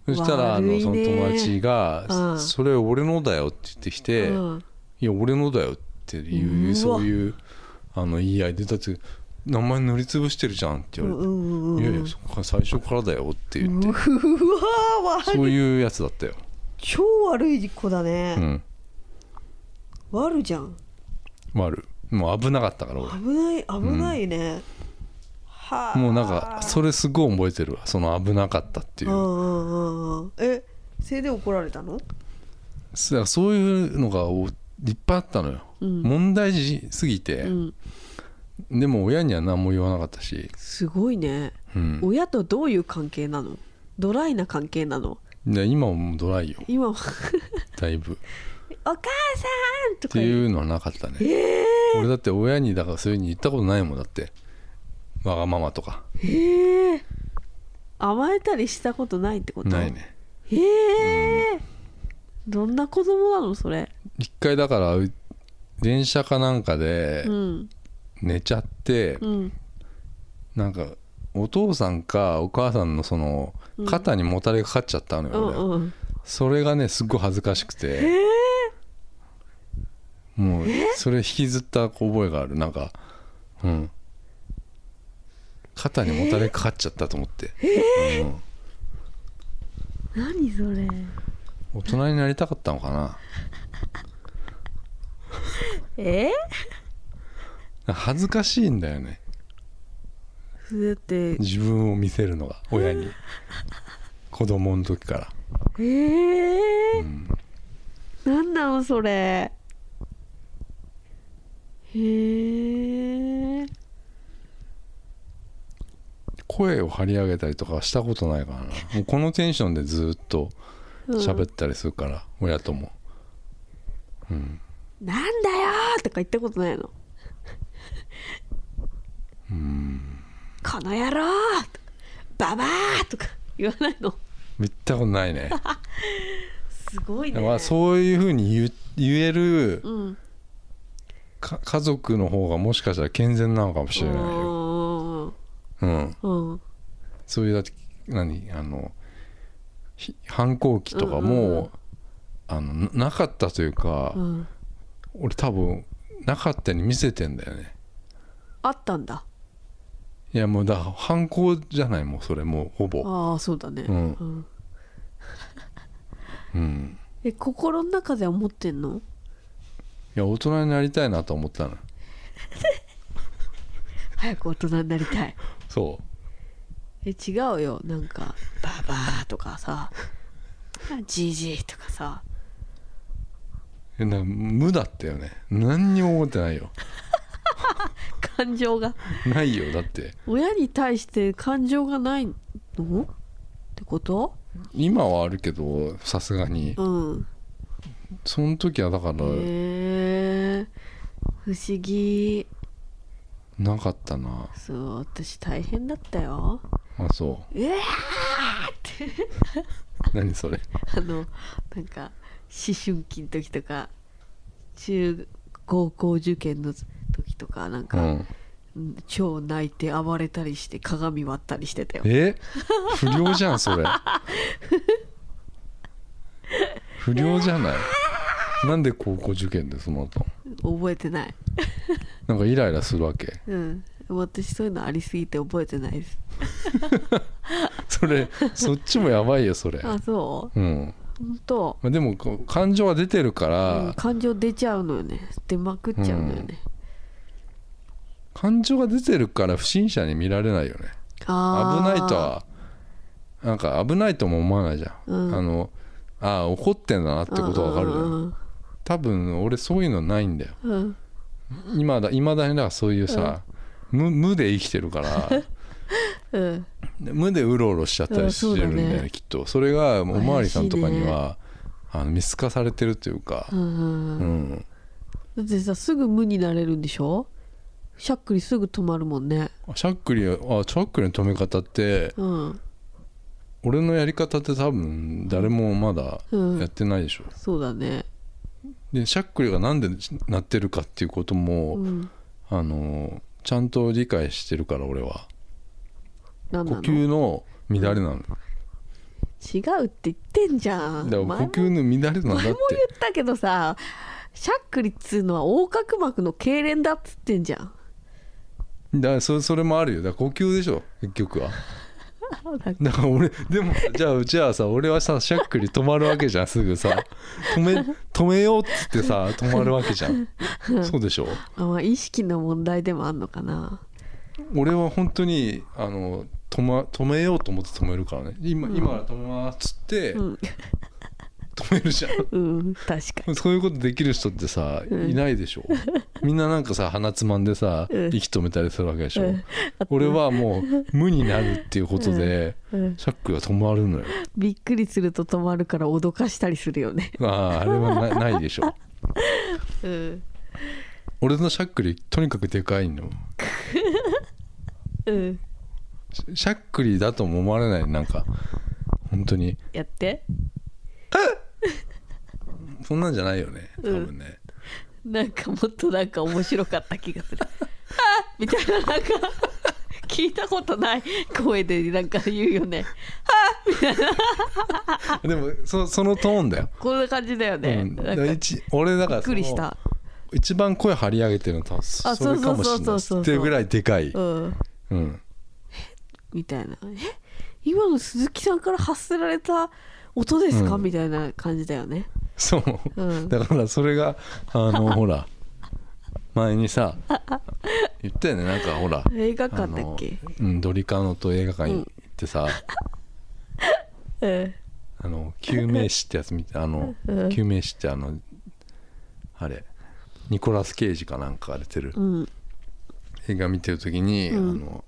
Speaker 1: そしたらあ
Speaker 2: 悪
Speaker 1: の
Speaker 2: いね
Speaker 1: その友達が
Speaker 2: うん
Speaker 1: 「それ俺のだよ」って言ってきて「
Speaker 2: うん、
Speaker 1: いや俺のだよ」っていうう
Speaker 2: わ
Speaker 1: そういうあの言い合いでだって名前塗りつぶしてるじゃんって言われて
Speaker 2: うんうんう
Speaker 1: 「
Speaker 2: ん
Speaker 1: いやいやそこから最初からだよ」って言って
Speaker 2: うわわ
Speaker 1: そういうやつだったよ
Speaker 2: 超悪い子だ
Speaker 1: う
Speaker 2: ね、
Speaker 1: ん
Speaker 2: 悪じゃん
Speaker 1: 悪いもう危なかったから俺
Speaker 2: 危ない危ないね、はあ
Speaker 1: もうなんかそれすごい覚えてるわその危なかったっていううん
Speaker 2: うんうんうんえそれで怒られたの
Speaker 1: そうそういうのがおいっぱいあったのよ
Speaker 2: うん
Speaker 1: 問題児すぎて
Speaker 2: うん
Speaker 1: でも親には何も言わなかったし
Speaker 2: すごいね、
Speaker 1: うん
Speaker 2: 親とどういう関係なのドライな関係なの
Speaker 1: で今はもうドライよ
Speaker 2: 今 は
Speaker 1: だいぶっ
Speaker 2: お母さんとか
Speaker 1: て
Speaker 2: 言う
Speaker 1: いうのはなかったね
Speaker 2: え
Speaker 1: 俺だって親にだからそういうふうに言ったことないもんだってわがままとか
Speaker 2: ー、えー、甘えたりしたことないってこと
Speaker 1: ないね
Speaker 2: ええーどんな子供なのそれ
Speaker 1: 一回だからう電車かなんかで
Speaker 2: うん
Speaker 1: 寝ちゃって
Speaker 2: うん
Speaker 1: なんかお父さんかお母さんのその
Speaker 2: うん
Speaker 1: 肩にもたれかかっちゃったの
Speaker 2: う
Speaker 1: よ、俺
Speaker 2: んうん
Speaker 1: それがねすっごい恥ずかしく
Speaker 2: え
Speaker 1: て
Speaker 2: ー、
Speaker 1: もうそれ引きずった覚えがあるなんかうん肩にもたれかかっちゃったと思って、うん
Speaker 2: 何それ
Speaker 1: 大人になりたかったのかな
Speaker 2: え
Speaker 1: 恥ずかしいんだよね
Speaker 2: だって
Speaker 1: 自分を見せるのが親に子供の時から
Speaker 2: えー
Speaker 1: ん
Speaker 2: なんなのそれへえ
Speaker 1: 声を張り上げたりとかはしたことないからなもうこのテンションでずっと喋ったりするから、親ともうん
Speaker 2: なんだよーとか言ったことないの
Speaker 1: うん
Speaker 2: この野郎とかババーとか言わないの
Speaker 1: 言ったことないね
Speaker 2: すごいね
Speaker 1: まあそういうふうに言う言える
Speaker 2: うん
Speaker 1: か家族の方がもしかしたら健全なのかもしれないよ、
Speaker 2: うん
Speaker 1: うん、
Speaker 2: うん
Speaker 1: そういうだって何あのひ反抗期とかも、
Speaker 2: うんうんうん
Speaker 1: あのななかったというか、
Speaker 2: うん
Speaker 1: 俺多分なかったように見せてんだよね
Speaker 2: あったんだ
Speaker 1: いやもうだから反抗じゃないもうそれもうほぼ
Speaker 2: ああそうだね
Speaker 1: うん
Speaker 2: ん
Speaker 1: うん
Speaker 2: え心の中では思ってんの
Speaker 1: いや大人になりたいなと思ったの
Speaker 2: 早く大人になりたい
Speaker 1: そ
Speaker 2: え違うよなんか「ババー」とかさ「じじい」とかさ
Speaker 1: うえなんか無だったよね何にも思ってないよ
Speaker 2: 感情が
Speaker 1: ないよだって
Speaker 2: 親に対して感情がないのってこと
Speaker 1: 今はあるけどさすがに
Speaker 2: うん
Speaker 1: その時はだから
Speaker 2: へえ不思議
Speaker 1: なかったな
Speaker 2: そう私大変だったよ
Speaker 1: あそう
Speaker 2: わ
Speaker 1: う何それ
Speaker 2: あのなんか思春期の時とか中高校受験の時とかなん
Speaker 1: う
Speaker 2: か、
Speaker 1: ん
Speaker 2: うん超泣いて暴れたりして鏡割ったりしてたよ
Speaker 1: え不良じゃん それ不良じゃないなんで高校受験でその後
Speaker 2: 覚えてない
Speaker 1: なんかイライラするわ け
Speaker 2: うん私そういうのありすぎて覚えてないです
Speaker 1: それそっちもやばいよそれ
Speaker 2: あそ
Speaker 1: うん
Speaker 2: う本当、
Speaker 1: まあでもこう感情は出てるか
Speaker 2: うん、
Speaker 1: ら
Speaker 2: 感情出ちゃうのよね出まくっちゃうのよね、
Speaker 1: 感情が出てるから不審者に見られないよね
Speaker 2: あ
Speaker 1: 危
Speaker 2: ー
Speaker 1: ないとはなんか危ないとも思わないじゃん、
Speaker 2: うん
Speaker 1: あのああ怒ってんだなってことわかるじゃん
Speaker 2: うん
Speaker 1: 多分俺そういうのないんだよ
Speaker 2: うんうんうん
Speaker 1: 今だ未だにだからそういうさ、無無で生きてるから
Speaker 2: うん
Speaker 1: で無でうろうろしちゃったりしてるんだよ
Speaker 2: うん
Speaker 1: ね
Speaker 2: そうだね
Speaker 1: きっとそれがおまわりさんとかには、あの見透かされてるというか
Speaker 2: う、ん
Speaker 1: う
Speaker 2: うん
Speaker 1: ん
Speaker 2: だってさすぐ無になれるんでしょしゃっくりすぐ止まるもんね
Speaker 1: しゃっくりあしゃっくりの止め方って
Speaker 2: うん
Speaker 1: 俺のやり方って多分誰もまだ
Speaker 2: うん
Speaker 1: やってないでしょ、
Speaker 2: そうだね
Speaker 1: でしゃっくりがなんで鳴ってるかっていうことも、
Speaker 2: うん
Speaker 1: あのちゃんと理解してるから俺は
Speaker 2: なん
Speaker 1: 呼
Speaker 2: なの
Speaker 1: 吸の乱れなの
Speaker 2: 違うって言ってんじゃん
Speaker 1: だから
Speaker 2: 前
Speaker 1: 呼
Speaker 2: も
Speaker 1: 吸の乱れなんだ
Speaker 2: 前
Speaker 1: っ
Speaker 2: も言ったけどさしゃっくりっつうのは横隔膜の痙攣だっつってんじゃ ん
Speaker 1: てだからそそれもあるよだから呼吸でしょ結局は
Speaker 2: なんか
Speaker 1: だから俺でもじゃあうちはさ俺はさしゃっくり止まるわけじゃんすぐさ止め止めようっつってさ止まるわけじゃんそうでしょ
Speaker 2: あまあ意識の問題でもあんのかな
Speaker 1: 俺は本当にあの止,、ま、止めようと思って止めるからね今,、今から止めますっつって、
Speaker 2: うん、
Speaker 1: 止めるじゃん
Speaker 2: うん、確かに
Speaker 1: そういうことできる人ってさ、
Speaker 2: うん
Speaker 1: いないでしょみんななんかさ鼻つまんでさ、
Speaker 2: うん
Speaker 1: 息止めたりするわけでしょ、
Speaker 2: うん
Speaker 1: 俺はもう無になるっていうことで、
Speaker 2: うん
Speaker 1: シャックが止まるのよ
Speaker 2: びっくりすると止まるから脅かしたりするよね
Speaker 1: あああれはなないでしょ
Speaker 2: うん
Speaker 1: 俺のシャックリとにかくでかいの
Speaker 2: うん
Speaker 1: シシャックリだとも思われないなんか本当に
Speaker 2: やって
Speaker 1: そんなんじゃないよね多分ね、
Speaker 2: なんかもっとなんか面白かった気が するあみたいななんか聞いたことない声でなんか言うよね
Speaker 1: でもそそのトーンだよ、
Speaker 2: こんな感じだよね、
Speaker 1: うん、
Speaker 2: な
Speaker 1: だか
Speaker 2: んからびっ
Speaker 1: 一俺だからそ
Speaker 2: く
Speaker 1: の
Speaker 2: りした
Speaker 1: 一番声張り上げてるの多分そ
Speaker 2: あ
Speaker 1: それかもしれ
Speaker 2: そうそうそうそ
Speaker 1: ない
Speaker 2: うそ
Speaker 1: うっていうぐらいでかい、
Speaker 2: うん
Speaker 1: うん、
Speaker 2: みたいなえ今の鈴木さんから発せられた音ですか、
Speaker 1: うん
Speaker 2: みたいな感じだよね
Speaker 1: そう、
Speaker 2: うん
Speaker 1: だからそれがあのほら前にさ言ったよねなんかほら
Speaker 2: 映画館だっけ
Speaker 1: あのうん、ドリカノと映画館行ってさ、
Speaker 2: うん
Speaker 1: あの救命士ってやつ見てあの、
Speaker 2: うん
Speaker 1: 救命士ってあのあれニコラス・ケイジかなんかが出てる、
Speaker 2: うん
Speaker 1: 映画見てる時に、
Speaker 2: うん
Speaker 1: あの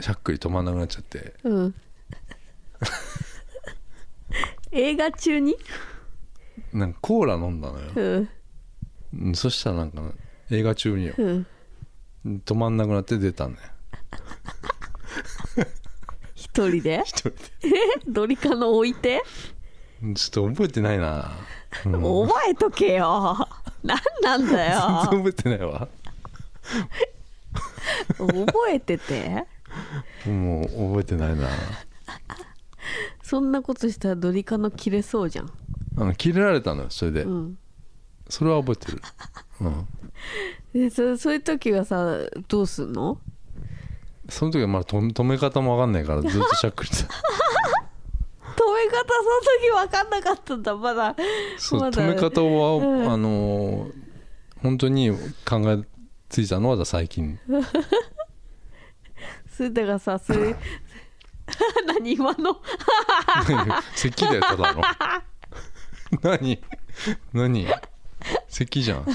Speaker 1: しゃっくり止まんなくなっちゃって
Speaker 2: うん 映画中に
Speaker 1: なんかコーラ飲んだのよ、
Speaker 2: うん
Speaker 1: うんそしたらなんか映画中によ
Speaker 2: うん
Speaker 1: 止まんなくなって出たんだよ
Speaker 2: 一人で
Speaker 1: 一人で
Speaker 2: えドリカノ置いて
Speaker 1: ちょっと覚えてないな、うん
Speaker 2: 覚えとけよ何なんだよ
Speaker 1: 全 然覚えてないわ
Speaker 2: 覚えてて
Speaker 1: もう覚えてないな
Speaker 2: そんなことしたらドリカノ切れそうじゃん
Speaker 1: あの切れられたのよそれで、
Speaker 2: うん
Speaker 1: それは覚えてる、うん、
Speaker 2: でそそういう時はさどうすんの
Speaker 1: その時はまだ止め止め方も分かんないからずっとしゃっく りだ
Speaker 2: 止め方その時分かんなかったんだまだ
Speaker 1: そう
Speaker 2: まだ
Speaker 1: 止め方は、
Speaker 2: うん
Speaker 1: あのー本当に考えついたのは最 近
Speaker 2: それだからさそれ 何今の
Speaker 1: 咳だよただの何何咳じゃん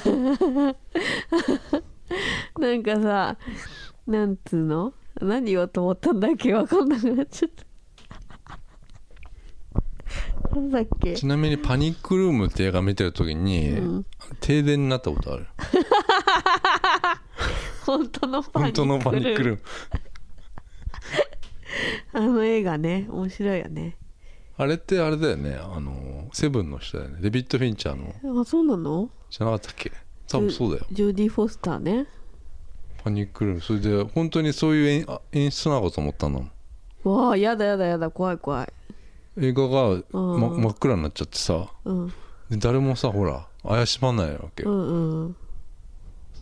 Speaker 2: なんかさなんつうの何言おうと思ったんだっけ分かんなくなっちゃったなんだっけ
Speaker 1: ちなみに「パニックルーム」って映画見てる時に、
Speaker 2: うん
Speaker 1: 停電になったことある
Speaker 2: 本当の パ
Speaker 1: 本
Speaker 2: ニック
Speaker 1: 当のパニックルー
Speaker 2: ム
Speaker 1: ム
Speaker 2: あの映画ね面白いよね
Speaker 1: あれってあれだよねあのセブンの人だよねデビッド・フィンチャーの
Speaker 2: あそうなの
Speaker 1: じゃなかったっけ多分そうだよ
Speaker 2: ジョジョディ・フォスターね
Speaker 1: パニックルームそれで本当にそういう演あ演出なのかと思ったの
Speaker 2: わあやだやだやだ怖い怖い
Speaker 1: 映画が、
Speaker 2: うん
Speaker 1: ま真っ暗になっちゃってさ
Speaker 2: うん
Speaker 1: で誰もさほら怪しまないわけ
Speaker 2: う
Speaker 1: よ、
Speaker 2: んうん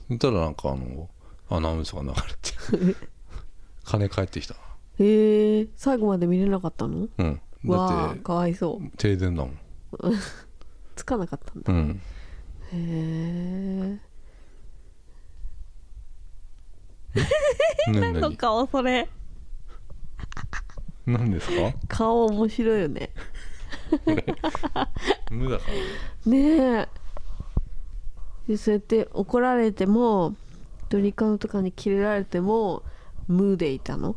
Speaker 1: そしたらなんかあのアナウンスが流れて 金返ってきた
Speaker 2: へえ最後まで見れなかったの
Speaker 1: うんだ
Speaker 2: わ
Speaker 1: っ
Speaker 2: あ
Speaker 1: て
Speaker 2: かわいそう
Speaker 1: 停電だもん
Speaker 2: つかなかったんだ
Speaker 1: うん
Speaker 2: へえ
Speaker 1: ね
Speaker 2: 何の顔それ
Speaker 1: 何何ですか
Speaker 2: 顔面白いよね
Speaker 1: 無だから
Speaker 2: ねえでそうやって怒られてもドリカムとかにキレられても無でいたの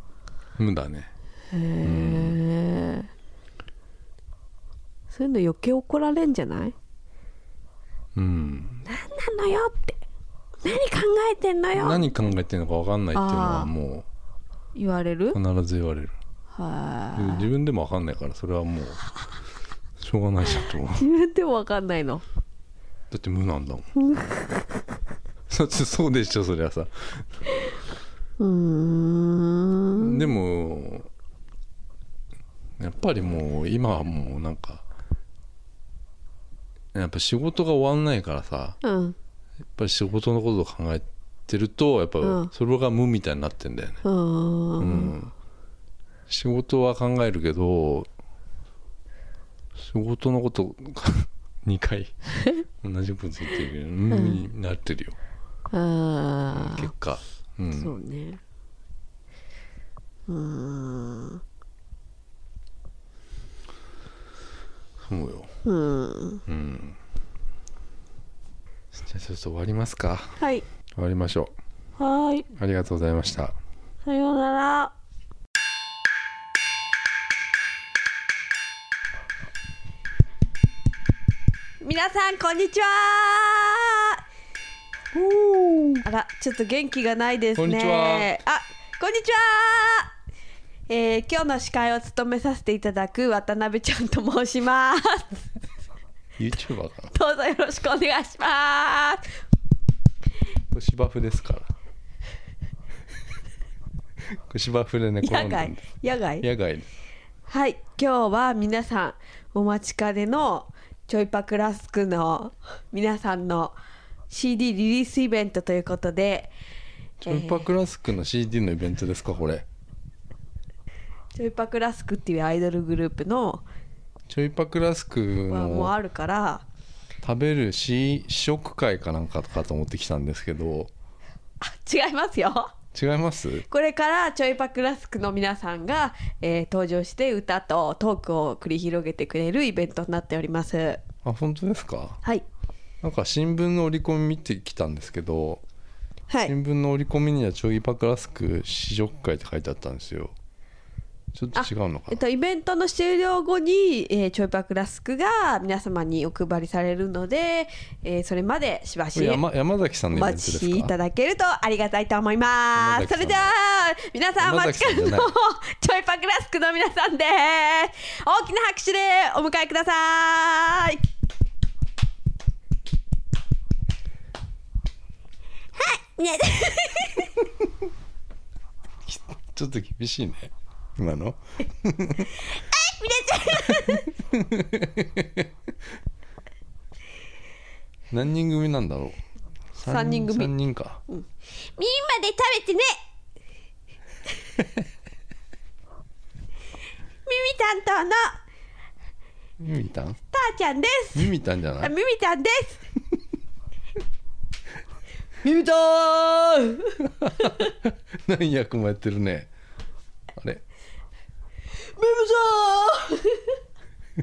Speaker 1: 無だね
Speaker 2: へえそういうの余計怒られんじゃない
Speaker 1: うん
Speaker 2: 何なのよって何考えてんのよ
Speaker 1: 何考えてるのか分かんないっていうの
Speaker 2: あ
Speaker 1: は
Speaker 2: ー
Speaker 1: も
Speaker 2: 言われる
Speaker 1: う必ず言われる
Speaker 2: はい
Speaker 1: 自分でも分かんないからそれはもうしょうがないじゃん と思うだ
Speaker 2: 自分でも分かんないの
Speaker 1: って無なんだもんだってそうでしょそりゃさ
Speaker 2: うーん
Speaker 1: でもやっぱりもう今はもうなんかやっぱ仕事が終わんないからさや
Speaker 2: うん
Speaker 1: っぱり仕事のことを考えてるとやっ
Speaker 2: う
Speaker 1: ぱ
Speaker 2: ん
Speaker 1: それが無みたいになってんだよね、
Speaker 2: うー
Speaker 1: うん
Speaker 2: ん
Speaker 1: 仕事は考えるけど仕事のこと 2回同じこと言ってるけど無になってるよ、
Speaker 2: あ
Speaker 1: 結果、うん
Speaker 2: あそうねうーん
Speaker 1: そうよ
Speaker 2: うん
Speaker 1: うんじゃあちょっと終わりますか
Speaker 2: はい
Speaker 1: 終わりましょ
Speaker 2: はーいう
Speaker 1: ありがとうございました
Speaker 2: さようなら皆さんこんにちはあらちょっと元気がないです
Speaker 1: こ
Speaker 2: ね
Speaker 1: んにちは
Speaker 2: あこんにちはえー今日の司会を務めさせていただく渡辺ちゃんと申します
Speaker 1: YouTuber かな
Speaker 2: どうぞよろしくお願いします
Speaker 1: これ芝生です からこれ芝生で寝転
Speaker 2: 野
Speaker 1: んでるん
Speaker 2: 外
Speaker 1: で
Speaker 2: 野外
Speaker 1: 野外です
Speaker 2: はい今日は皆さんお待ちかねのちょいパクラスクの皆さんの CD リリースイベントということで
Speaker 1: チョイパクラスクの CD のイベントですかこれ
Speaker 2: ちょいパクラスクっていうアイドルグループの
Speaker 1: チョイパクラスク
Speaker 2: はもう
Speaker 1: の
Speaker 2: あるから
Speaker 1: 食べる試試食会かなんかかと思ってきたんですけど
Speaker 2: あ違いますよ
Speaker 1: 違います
Speaker 2: これからちょいパクラスクの皆さんが、えー登場して歌とトークを繰り広げてくれるイベントになっております
Speaker 1: あ本当ですか
Speaker 2: はい
Speaker 1: なんか新聞の折り込み見てきたんですけど、
Speaker 2: はい
Speaker 1: 新聞の折り込みにはチョイパクラスク試食会って書いてあったんですよちょっと違うのかな
Speaker 2: えっと、イベントの終了後に、えー、チョイパクラスクが皆様にお配りされるので、えーそれまでしば
Speaker 1: こ
Speaker 2: し
Speaker 1: れ山山崎さん
Speaker 2: お
Speaker 1: のイベントです
Speaker 2: 待ちい
Speaker 1: か
Speaker 2: ただけるとありがたいと思います。そ
Speaker 1: 山崎さん
Speaker 2: れでは皆さんお
Speaker 1: 山
Speaker 2: 待
Speaker 1: 崎さ
Speaker 2: ち
Speaker 1: ん
Speaker 2: か
Speaker 1: じ
Speaker 2: ね
Speaker 1: ゃな
Speaker 2: の
Speaker 1: い
Speaker 2: チョイパクラスクの皆さんです。大きな拍手でお迎えください。はい、ね、
Speaker 1: ちょっと厳しいね今の何人組なんだろう
Speaker 2: 三人組
Speaker 1: 三人か
Speaker 2: みんなで食べ てねミミ担当の
Speaker 1: ミミタン
Speaker 2: たーちゃんです
Speaker 1: ミミタンじゃな
Speaker 2: あ
Speaker 1: い
Speaker 2: ミミちゃんです ミミちゃん
Speaker 1: 何役もやってるねあれ
Speaker 2: ミ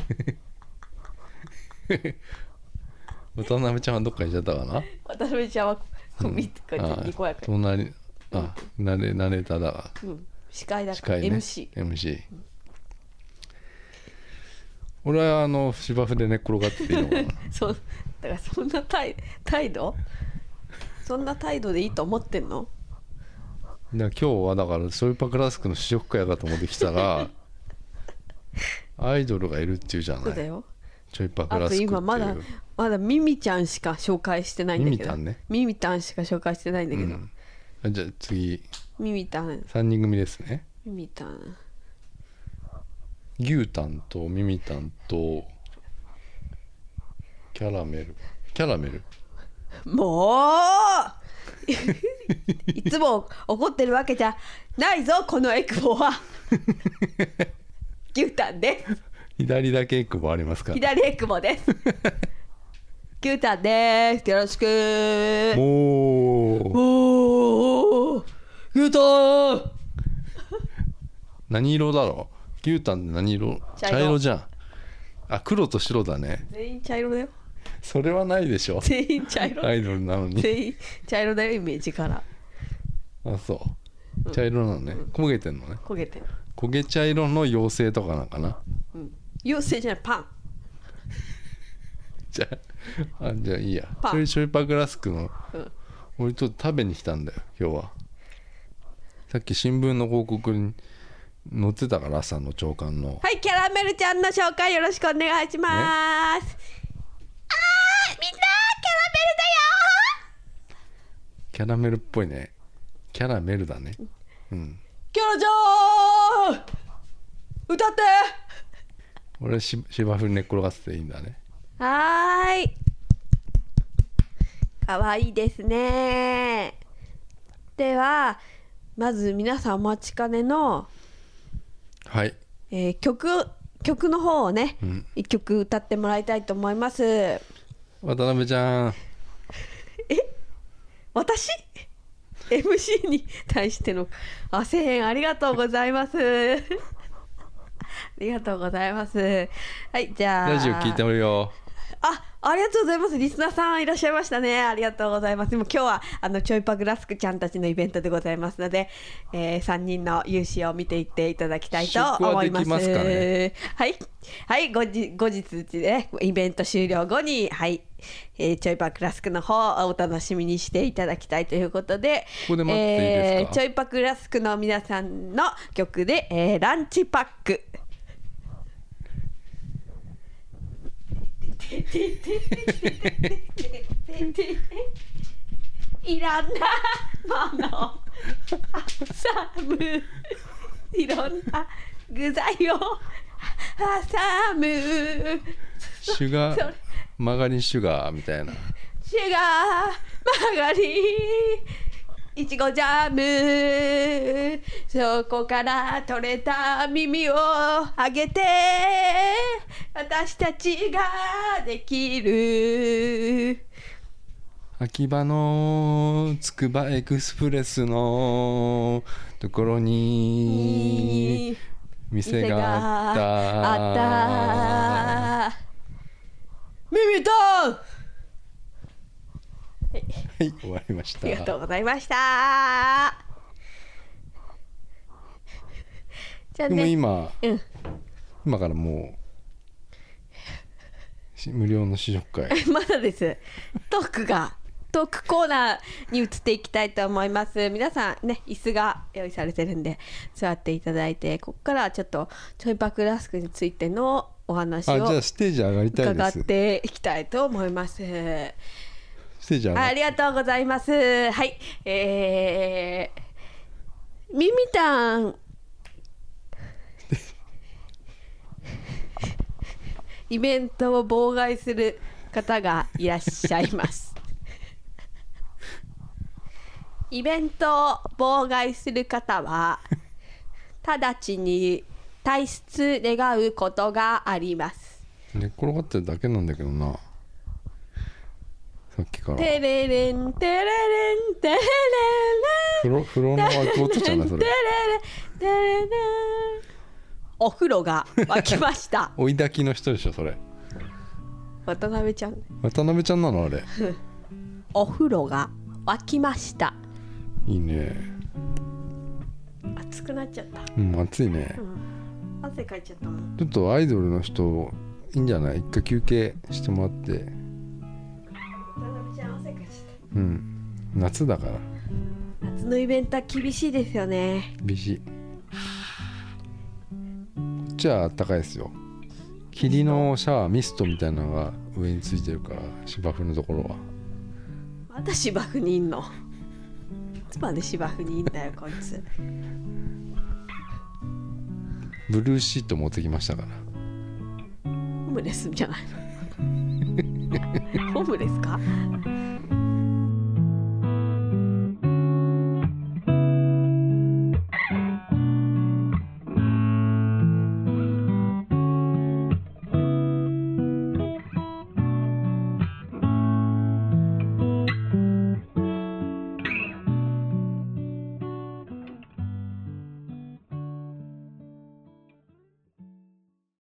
Speaker 2: ム
Speaker 1: 渡辺ちゃんはどっか行っちゃったかな
Speaker 2: さん渡辺ちゃんはこう見てこうや
Speaker 1: あ
Speaker 2: ってにこやかに、
Speaker 1: 隣あナレナレーターだわ
Speaker 2: うん、司会だから、
Speaker 1: 近いね
Speaker 2: MC
Speaker 1: MC 俺はあの芝生で寝っ転がってていいの かな
Speaker 2: そうだからそんな態態度そんな態度でいいと思ってんの
Speaker 1: だから今日はだからそういうパクラスクの試食会だと思ってきたらアイドルがいるっていうじゃ
Speaker 2: そうだ
Speaker 1: ない
Speaker 2: よ
Speaker 1: ちょいパク
Speaker 2: あ
Speaker 1: ラス
Speaker 2: と
Speaker 1: クっていう
Speaker 2: 今まだまだミミちゃんしか紹介してないんだけ
Speaker 1: ミミ
Speaker 2: ど
Speaker 1: タンね
Speaker 2: ミミタンしか紹介してないんだけど、
Speaker 1: あじゃあ次
Speaker 2: ミミタン
Speaker 1: 3人組ですね
Speaker 2: ミミタン
Speaker 1: 牛タンとミミタンとキャラメルキャラメル
Speaker 2: もう いつも怒ってるわけじゃないぞこのエクボは 牛タンです
Speaker 1: 左だけエクボありますから
Speaker 2: 左エクボです牛タンですよろしく
Speaker 1: もう
Speaker 2: おー牛タン
Speaker 1: 何色だろう牛タンって何色
Speaker 2: 茶
Speaker 1: 茶
Speaker 2: 色
Speaker 1: 色じゃんあ黒と白だね
Speaker 2: 全員茶色だよ
Speaker 1: それはないでし ょ
Speaker 2: 全員茶色、
Speaker 1: アイドルなのに
Speaker 2: 全員茶色だよイメージから
Speaker 1: あそう
Speaker 2: うん
Speaker 1: 茶色なのね焦げてんのね
Speaker 2: 焦げてる
Speaker 1: 焦げ茶色の妖精とかなんかな
Speaker 2: 妖精じゃないパン
Speaker 1: じゃああじゃあいいや
Speaker 2: パン
Speaker 1: それショイパグラスクの、
Speaker 2: うん
Speaker 1: 俺ちょっと食べに来たんだよ今日はさっき新聞の広告に載ってたから朝の朝刊の
Speaker 2: はいキャラメルちゃんの紹介よろしくお願いします、あーみんなキャラメルだよ
Speaker 1: キャラメルっぽいねキャラメルだねうん
Speaker 2: キョロちゃん歌って
Speaker 1: 俺し芝生に寝っ転がってていいんだね
Speaker 2: はーいかわいいですねではまず皆さんお待ちかねの、
Speaker 1: はい
Speaker 2: えー曲曲の方をね
Speaker 1: うん
Speaker 2: 一、曲歌ってもらいたいと思います
Speaker 1: 渡辺ちゃん
Speaker 2: 私 MC に対してのあ声援ありがとうございます ありがとうございますはいじゃあ
Speaker 1: ラジオ聞いておる よ
Speaker 2: あありがとうございますリスナーさんいらっしゃいましたねありがとうございますでも今日はあのちょいパグラスクちゃんたちのイベントでございますので、え3人の勇姿を見ていっていただきたいと思いま
Speaker 1: 祝福は
Speaker 2: す
Speaker 1: できますかね
Speaker 2: はいはい後日後日でイベント終了後にはい、えーちょいパグラスクの方お楽しみにしていただきたいということで
Speaker 1: ここで待っていいですか
Speaker 2: えーちょいパグラスクの皆さんの曲で、えーランチパックいらんなもの挟むいろんな具材を挟む
Speaker 1: シュガ
Speaker 2: そ
Speaker 1: ー
Speaker 2: れ
Speaker 1: 曲がりシュガーみたいな
Speaker 2: シュガー曲がりいちごジャムそこから取れた耳をあげて私たちができる
Speaker 1: 秋葉のつくばエクスプレスのところに店があった
Speaker 2: あったミミトン
Speaker 1: はい終わりまし
Speaker 2: あ
Speaker 1: た
Speaker 2: りがとうございましたじゃ
Speaker 1: で
Speaker 2: あ
Speaker 1: も
Speaker 2: ね
Speaker 1: 今
Speaker 2: うん
Speaker 1: 今からもうし無料の試食会
Speaker 2: まだですトークがトークコーナーに移っていきたいと思います皆さんね椅子が用意されてるんで座っていただいてここからはちょっとちょいバクラスクについてのお話
Speaker 1: あじゃ
Speaker 2: を
Speaker 1: あステージ上がりたい
Speaker 2: 伺
Speaker 1: で
Speaker 2: っ
Speaker 1: す
Speaker 2: ていきたいと思います
Speaker 1: ステージ上が
Speaker 2: ありがとうございます。はい、えー、ミミタン。 イベントを妨害する方がいらっしゃいます。 イベントを妨害する方は、直ちに退出願うことがあります。
Speaker 1: 寝っ転がってるだけなんだけどなさっきから
Speaker 2: テレレンテレレンテレレ
Speaker 1: 風呂風呂の
Speaker 2: レン
Speaker 1: 音じゃないそ
Speaker 2: テ
Speaker 1: れ
Speaker 2: レレンテレレンお風呂が沸きました
Speaker 1: 追い抱きの人でしょそれ
Speaker 2: 渡辺ちゃん
Speaker 1: 渡辺ちゃんなのあれ
Speaker 2: お風呂が沸きました
Speaker 1: いいね
Speaker 2: 熱くなっちゃった
Speaker 1: うん暑いね
Speaker 2: 汗かいちゃったもん
Speaker 1: ちょっとアイドルの人いいんじゃない一回休憩してもらって
Speaker 2: 渡辺ちゃん汗かいちゃっ
Speaker 1: うん夏だから
Speaker 2: た夏のイベントは厳しいですよね
Speaker 1: 美人こっちはあったかいですよ霧のシャワーミストみたいなのが上についてるから芝生のところは
Speaker 2: まだ芝生にいんのいつまで芝生にいんだよこいつ
Speaker 1: ブルーシート持ってきましたから
Speaker 2: ホームレスじゃないのホームレスか